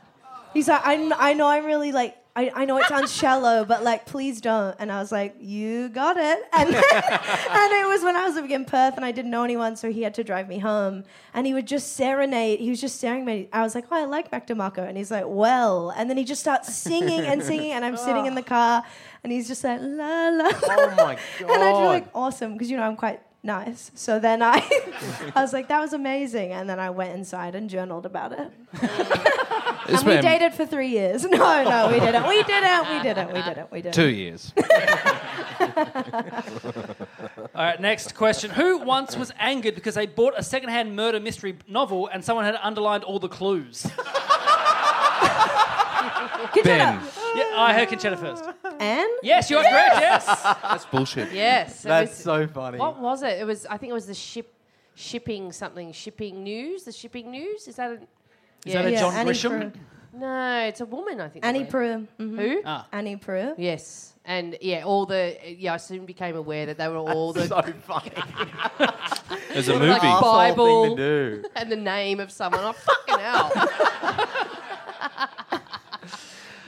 Speaker 4: He's like, I, kn- I know I'm really like, I, I know it sounds shallow, but like, please don't. And I was like, you got it. *laughs* And, and it was when I was living in Perth and I didn't know anyone, so he had to drive me home. And he would just serenade. He was just staring at me. I was like, oh, I like Mac DeMarco. And he's like, well. And then he just starts singing and singing. And I'm sitting
Speaker 6: *sighs*
Speaker 4: in the car and he's just like, la, la.
Speaker 6: Oh my god.
Speaker 4: *laughs* And I feel like awesome because you know I'm quite nice. So then I, *laughs* I was like, that was amazing, and then I went inside and journaled about it. and we
Speaker 5: man-
Speaker 4: dated for three years. *laughs* No, no, we didn't. We didn't. We didn't. We didn't. We didn't.
Speaker 5: Two
Speaker 4: *laughs*
Speaker 5: years.
Speaker 1: All right, next question. Who once was angered because they bought a secondhand murder mystery novel and someone had underlined all the clues?
Speaker 5: ben.
Speaker 1: yeah, I heard Conchetta first.
Speaker 4: And
Speaker 1: Yes, you are correct, yes.
Speaker 5: That's bullshit.
Speaker 3: Yes. it
Speaker 6: That's
Speaker 3: was-
Speaker 6: so
Speaker 3: *laughs*
Speaker 6: funny.
Speaker 3: What was it? It was. I think it was the ship, shipping something. Shipping news. The shipping news. Is that a?
Speaker 1: Is that a
Speaker 4: Yeah,
Speaker 1: John
Speaker 4: Annie
Speaker 1: Grisham?
Speaker 4: Prue.
Speaker 3: No, it's a woman. I think.
Speaker 4: Annie
Speaker 3: the
Speaker 4: Prue. Mhm.
Speaker 3: name. Who?
Speaker 1: Ah.
Speaker 4: Annie Prue.
Speaker 3: Yes. And yeah, all the yeah. I soon became aware that
Speaker 1: *laughs*
Speaker 3: they were all the *laughs*
Speaker 6: so funny.
Speaker 5: There's a
Speaker 3: like
Speaker 5: movie.
Speaker 6: Asshole
Speaker 3: Bible
Speaker 6: thing to do.
Speaker 3: and the name of someone. Oh
Speaker 1: *laughs*
Speaker 3: fucking hell!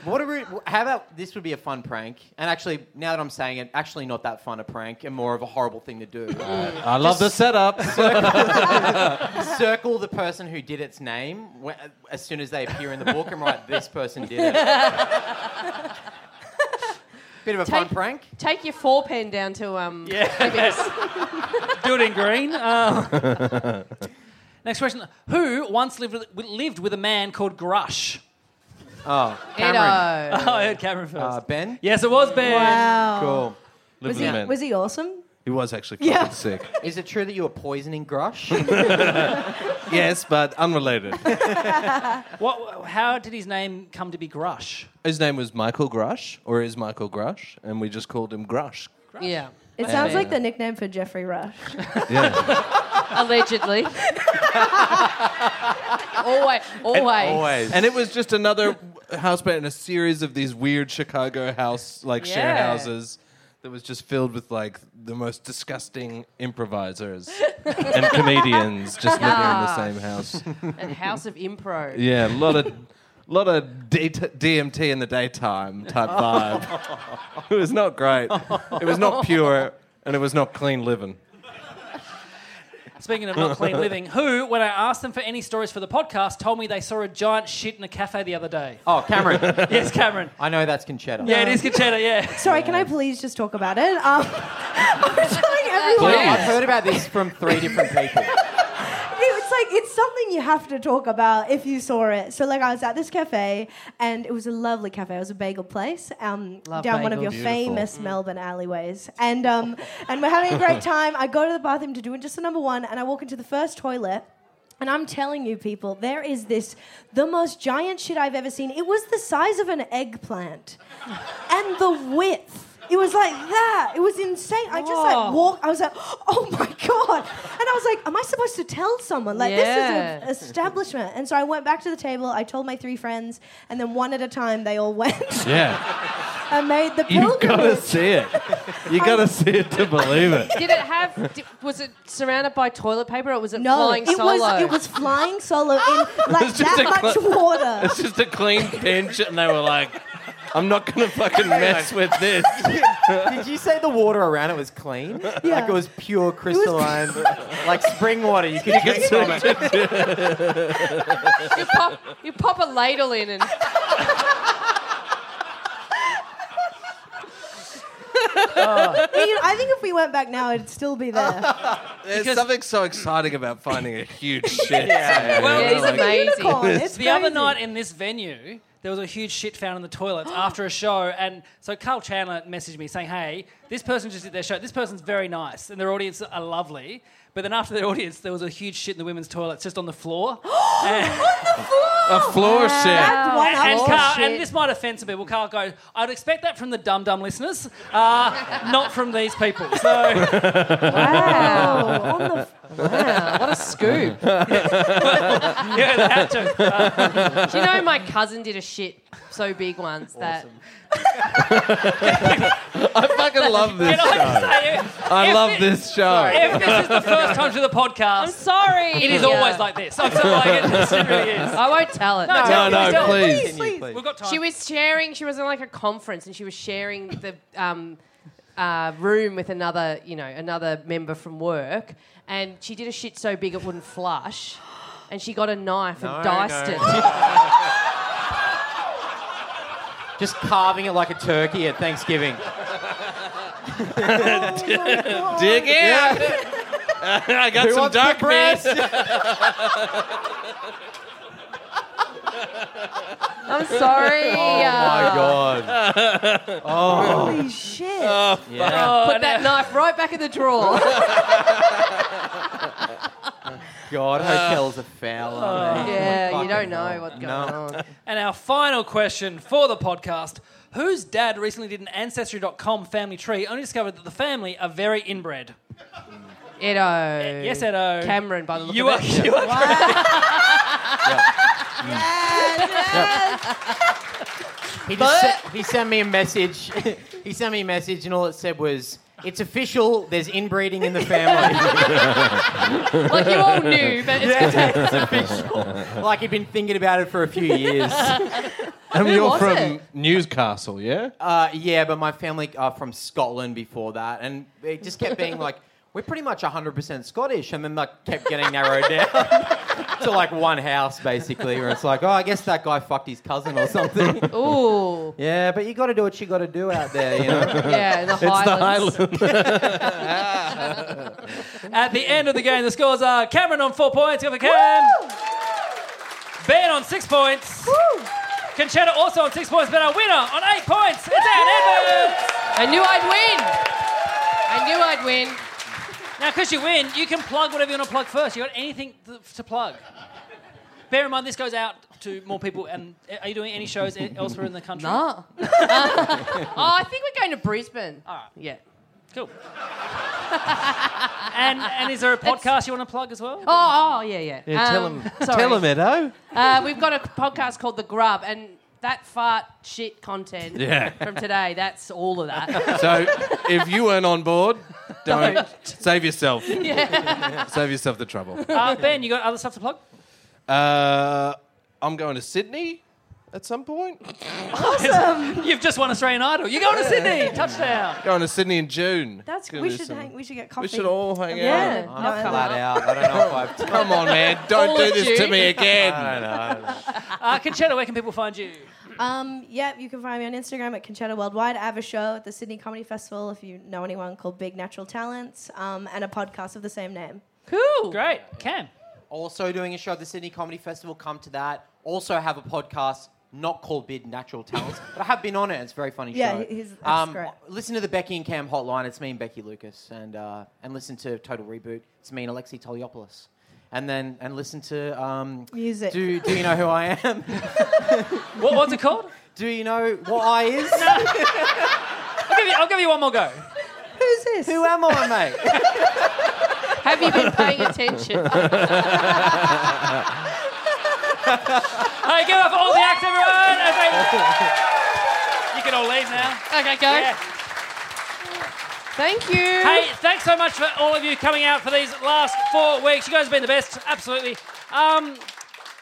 Speaker 6: What a rude, how about this would be a fun prank? And actually, now that I'm saying it, actually not that fun a prank and more of a horrible thing to do.
Speaker 5: *laughs* I love the
Speaker 4: *laughs*
Speaker 5: setup.
Speaker 6: Circle the person who did its name wh- as soon as they appear in the book and write, this person did it. Bit of a fun
Speaker 3: Take-
Speaker 6: prank.
Speaker 3: Take your forepen down
Speaker 1: *laughs*
Speaker 3: to um.
Speaker 1: Do it in green. Uh, next question. Who once lived with, lived with a man called Grush?
Speaker 6: Cameron.
Speaker 3: Edo.
Speaker 1: Oh, *laughs* I heard Cameron first.
Speaker 6: Uh, ben?
Speaker 1: yes, it was Ben.
Speaker 4: Wow.
Speaker 6: Cool.
Speaker 4: Was he, was he awesome?
Speaker 5: He was actually fucking
Speaker 4: Yeah.
Speaker 5: sick.
Speaker 6: Is it true that you were poisoning Grush? *laughs*
Speaker 5: Yes, but unrelated. *laughs*
Speaker 1: What, how did his name come to be Grush?
Speaker 5: His name was Michael Grush, or is Michael Grush, and we just called him Grush.
Speaker 3: Yeah.
Speaker 4: It sounds like the nickname for Jeffrey Rush.
Speaker 5: Yeah.
Speaker 1: *laughs*
Speaker 3: Allegedly. always. Always.
Speaker 5: and it was just another housemate in a series of these weird Chicago house, like share
Speaker 3: Yeah.
Speaker 5: houses, that was just filled with like the most disgusting improvisers and comedians just living in the same house.
Speaker 3: And House of Impro.
Speaker 5: Yeah, a lot of. lot of D- DMT in the daytime type vibe. it was not great. It was not pure, and it was not clean living.
Speaker 1: Speaking of not
Speaker 4: *laughs*
Speaker 1: clean living, who, when I asked them for any stories for the podcast, told me they saw a giant shit in a cafe the other day?
Speaker 6: oh, Cameron.
Speaker 1: *laughs* Yes, Cameron.
Speaker 6: I know that's Conchetta. Um,
Speaker 1: Yeah, it is Conchetta, yeah.
Speaker 4: Sorry, can I please just talk about it? Um, *laughs* I'm telling everyone.
Speaker 6: I've heard about this from three different people.
Speaker 4: it's like it's something you have to talk about if you saw it. So like I was at this cafe and it was a lovely cafe. It was a bagel place um, down one of
Speaker 3: bagels.
Speaker 4: your famous Melbourne alleyways, and um, and we're having a great time. I go to the bathroom to do just the number one, and I walk into the first toilet. And I'm telling you, people, there is this the most giant shit I've ever seen. It was the size of an eggplant and the width. It was like that. It was insane. I just like walked. I was like, oh my god! And I was like, am I supposed to tell someone? Like
Speaker 3: Yeah.
Speaker 4: this is an establishment. And so I went back to the table. I told my three friends, and then one at a time, they all went
Speaker 5: Yeah,
Speaker 4: *laughs* and made the
Speaker 5: you gotta
Speaker 4: pilgrimage.
Speaker 5: see it. You gotta see it to believe it.
Speaker 3: Did it have? Did, was it surrounded by toilet paper, or was it
Speaker 4: No,
Speaker 3: flying
Speaker 4: it
Speaker 3: solo?
Speaker 4: was it was flying solo
Speaker 5: *laughs*
Speaker 4: in like
Speaker 5: It's just
Speaker 4: that
Speaker 5: a
Speaker 4: much
Speaker 5: cl-
Speaker 4: water.
Speaker 5: It's just a clean pinch, and they were like, "I'm not gonna fucking mess with *laughs* this."
Speaker 6: Did you say the water around it was clean?
Speaker 4: Yeah.
Speaker 6: Like it was pure crystalline, like spring water. You could drink from it.
Speaker 3: You pop, you pop a ladle in, and
Speaker 4: I mean, I think if we went back now, it'd still be
Speaker 5: *laughs*
Speaker 4: there.
Speaker 5: There's something so exciting about finding a *laughs* huge shit.
Speaker 1: Well,
Speaker 3: Yeah, he's
Speaker 1: the-
Speaker 3: amazing.
Speaker 4: Unicorn. *laughs* It's
Speaker 1: the other
Speaker 4: crazy.
Speaker 1: night in this venue, there was a huge shit found in the
Speaker 4: *gasps*
Speaker 1: toilets after a show. And so Carl Chandler messaged me saying, Hey, this person just did their show. This person's very nice, and their audience are lovely. But then after their *laughs* audience, there was a huge shit in the women's toilets just on the
Speaker 4: *gasps*
Speaker 1: floor.
Speaker 5: a floor shit.
Speaker 4: Oh, That's one
Speaker 1: and,
Speaker 4: up.
Speaker 1: Carl, and
Speaker 3: Oh, shit.
Speaker 1: this might offend some people. Carl goes, I'd expect that from the dumb dumb *laughs* listeners, uh, not from these people. So
Speaker 4: Wow. *laughs* on the f-
Speaker 3: Wow, what a *laughs*
Speaker 1: *laughs*
Speaker 3: scoop.
Speaker 1: yeah, they had
Speaker 3: *laughs*
Speaker 1: to.
Speaker 3: Do you know my cousin did a shit so big once that
Speaker 5: I fucking love this
Speaker 1: I
Speaker 5: show.
Speaker 1: say, if-
Speaker 5: I
Speaker 1: if
Speaker 5: love
Speaker 1: it-
Speaker 5: this show.
Speaker 1: If this is the first time to the
Speaker 3: I'm
Speaker 1: podcast,
Speaker 3: sorry.
Speaker 1: it is always like this. I'm so like it. It really is.
Speaker 3: I won't tell it.
Speaker 1: No,
Speaker 5: No, no,
Speaker 1: Tell-
Speaker 5: please.
Speaker 1: We've got time.
Speaker 3: She was sharing. She was in like a conference, and she was sharing the um, uh, room with another, you know, another member from work. And she did a shit so big it wouldn't flush, and she got a knife and diced
Speaker 6: no.
Speaker 3: it.
Speaker 6: Just carving it like a turkey at Thanksgiving.
Speaker 5: Dig in. *laughs* I got
Speaker 6: Who
Speaker 5: some
Speaker 6: wants the
Speaker 5: dark meat.
Speaker 6: breast? *laughs*
Speaker 3: I'm sorry. uh,
Speaker 6: god.
Speaker 4: Holy shit.
Speaker 6: Yeah.
Speaker 3: put that knife right back in the drawer.
Speaker 6: God, hotels are foul. aren't they?
Speaker 3: Uh, oh, yeah, you don't
Speaker 6: Fucking
Speaker 3: know
Speaker 6: hell.
Speaker 3: what's going
Speaker 6: No.
Speaker 3: on.
Speaker 1: And our final question for the podcast Whose dad recently did an Ancestry.com family tree, only discovered that the family are very inbred?
Speaker 3: Edo.
Speaker 1: Yes, Edo.
Speaker 3: Cameron, by the look
Speaker 1: You
Speaker 3: of
Speaker 1: are,
Speaker 3: it.
Speaker 1: you are
Speaker 6: He just sent, he sent me a message. *laughs* he sent me a message, and all it said was, "It's official. There's inbreeding in the family." *laughs*
Speaker 3: Like you all knew, but it's
Speaker 6: like he'd been thinking about it for a few *laughs* years.
Speaker 5: And
Speaker 3: Who
Speaker 5: you're
Speaker 3: was
Speaker 5: from
Speaker 3: it?
Speaker 5: Newcastle, yeah?
Speaker 6: Uh, yeah, but my family are from Scotland before that, and it just
Speaker 3: *laughs*
Speaker 6: kept being like, "We're pretty much 100% Scottish," and then like kept getting narrowed down *laughs* to like one house basically, where it's like, "Oh, I guess that guy fucked his cousin or something."
Speaker 3: *laughs* Ooh,
Speaker 6: yeah, but you got to do what you got to do out there,
Speaker 3: *laughs*
Speaker 6: you know.
Speaker 3: yeah, the Highlands.
Speaker 1: At the end of the game, the scores are Cameron on four points, go for Cam. Ben on six points. Conchetta also on six points, but our winner on eight points. It's Anne Edmonds.
Speaker 3: I knew I'd win. I knew I'd win.
Speaker 1: Now, because you win, you can plug whatever you want to plug first. You got anything th- to plug? Bear in mind, this goes out to more people. And are you doing any shows e- elsewhere in the country?
Speaker 3: No. *laughs* oh, I think we're going to Brisbane.
Speaker 1: Oh,
Speaker 3: All right. Yeah.
Speaker 1: Cool. *laughs* and and is there a podcast you want to plug as well? Uh,
Speaker 3: Oh, oh yeah, yeah.
Speaker 5: tell
Speaker 3: Um,
Speaker 5: him- eh?
Speaker 3: Sorry.
Speaker 5: Edo.
Speaker 3: Uh, we've got a podcast called The Grub, and that fart shit content
Speaker 5: Yeah.
Speaker 3: from today, that's all of that.
Speaker 5: So if you weren't on board, don't. Save yourself. Save yourself the trouble.
Speaker 1: Uh, ben, you got other stuff to plug?
Speaker 5: Uh, I'm going to Sydney at some point.
Speaker 1: You've just won Australian Idol. You're going to Sydney. Touchdown.
Speaker 5: Going to Sydney in June.
Speaker 4: That's
Speaker 5: Gonna
Speaker 4: we
Speaker 5: do
Speaker 4: should
Speaker 5: some-
Speaker 4: hang, we should get coffee.
Speaker 5: We should all hang
Speaker 4: Yeah.
Speaker 5: out.
Speaker 4: No, I
Speaker 6: Flat
Speaker 4: love-
Speaker 6: out. I don't know if I've.
Speaker 5: Come on, man. Don't
Speaker 3: All
Speaker 5: do
Speaker 3: of
Speaker 5: this to
Speaker 3: you.
Speaker 5: me again.
Speaker 1: Uh, Conchetta, where can people find you?
Speaker 4: Um, yeah, you can find me on Instagram at Conchetta Worldwide. I have a show at the Sydney Comedy Festival if you know anyone called Big Natural Talents, um, and a podcast of the same name.
Speaker 3: Cool.
Speaker 1: Great. Cam.
Speaker 6: also doing a show at the Sydney Comedy Festival. Come to that. Also have a podcast not called Bid Natural Talents, *laughs* but I have been on it. It's a very funny
Speaker 4: Yeah,
Speaker 6: show. Um,
Speaker 4: he's- that's great.
Speaker 6: Listen to the Becky and Cam Hotline. It's me and Becky Lucas, and uh, and listen to Total Reboot. It's me and Alexi Toliopoulos. And then and listen to um,
Speaker 4: Music.
Speaker 6: Do Do you know who I am? *laughs*
Speaker 1: What, what's it called?
Speaker 6: do you know what
Speaker 4: *laughs*
Speaker 6: I is?
Speaker 1: I'll give, you, I'll give you one more go.
Speaker 4: Who's this?
Speaker 6: Who am I, mate?
Speaker 3: Have you been paying
Speaker 5: *laughs*
Speaker 3: attention?
Speaker 1: Hey, give up all the acts, everyone. Okay. You can all leave now.
Speaker 3: okay, go.
Speaker 1: Yeah.
Speaker 3: Thank you.
Speaker 1: Hey, thanks so much for all of you coming out for these last four weeks. You guys have been the best, absolutely. Um,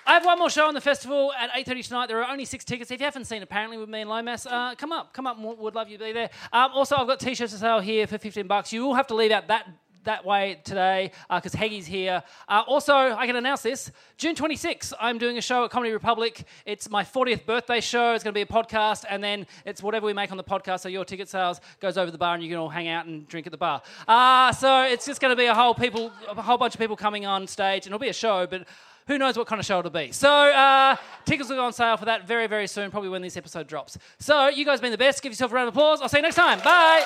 Speaker 1: I have one more show on the festival at 8.30 tonight. There are only six tickets. If you haven't seen Apparently with me and Lomas, uh, come up. Come up. and Would love you to be there. Um, also, I've got T-shirts for sale here for 15 bucks. You will have to leave out that that way today because Heggy's here. Uh, also, I can announce this. June 26th, I'm doing a show at Comedy Republic. It's my 40th birthday show. It's going to be a podcast, and then it's whatever we make on the podcast. So your ticket sales goes over the bar, and you can all hang out and drink at the bar. Uh, so it's just going to be a whole people, a whole bunch of people coming on stage, and it'll be a show, but. Who knows what kind of show it'll be? So, uh, tickets will go on sale for that very, very soon, probably when this episode drops. So, you guys have been the best. Give yourself a round of applause. I'll see you next time. Bye.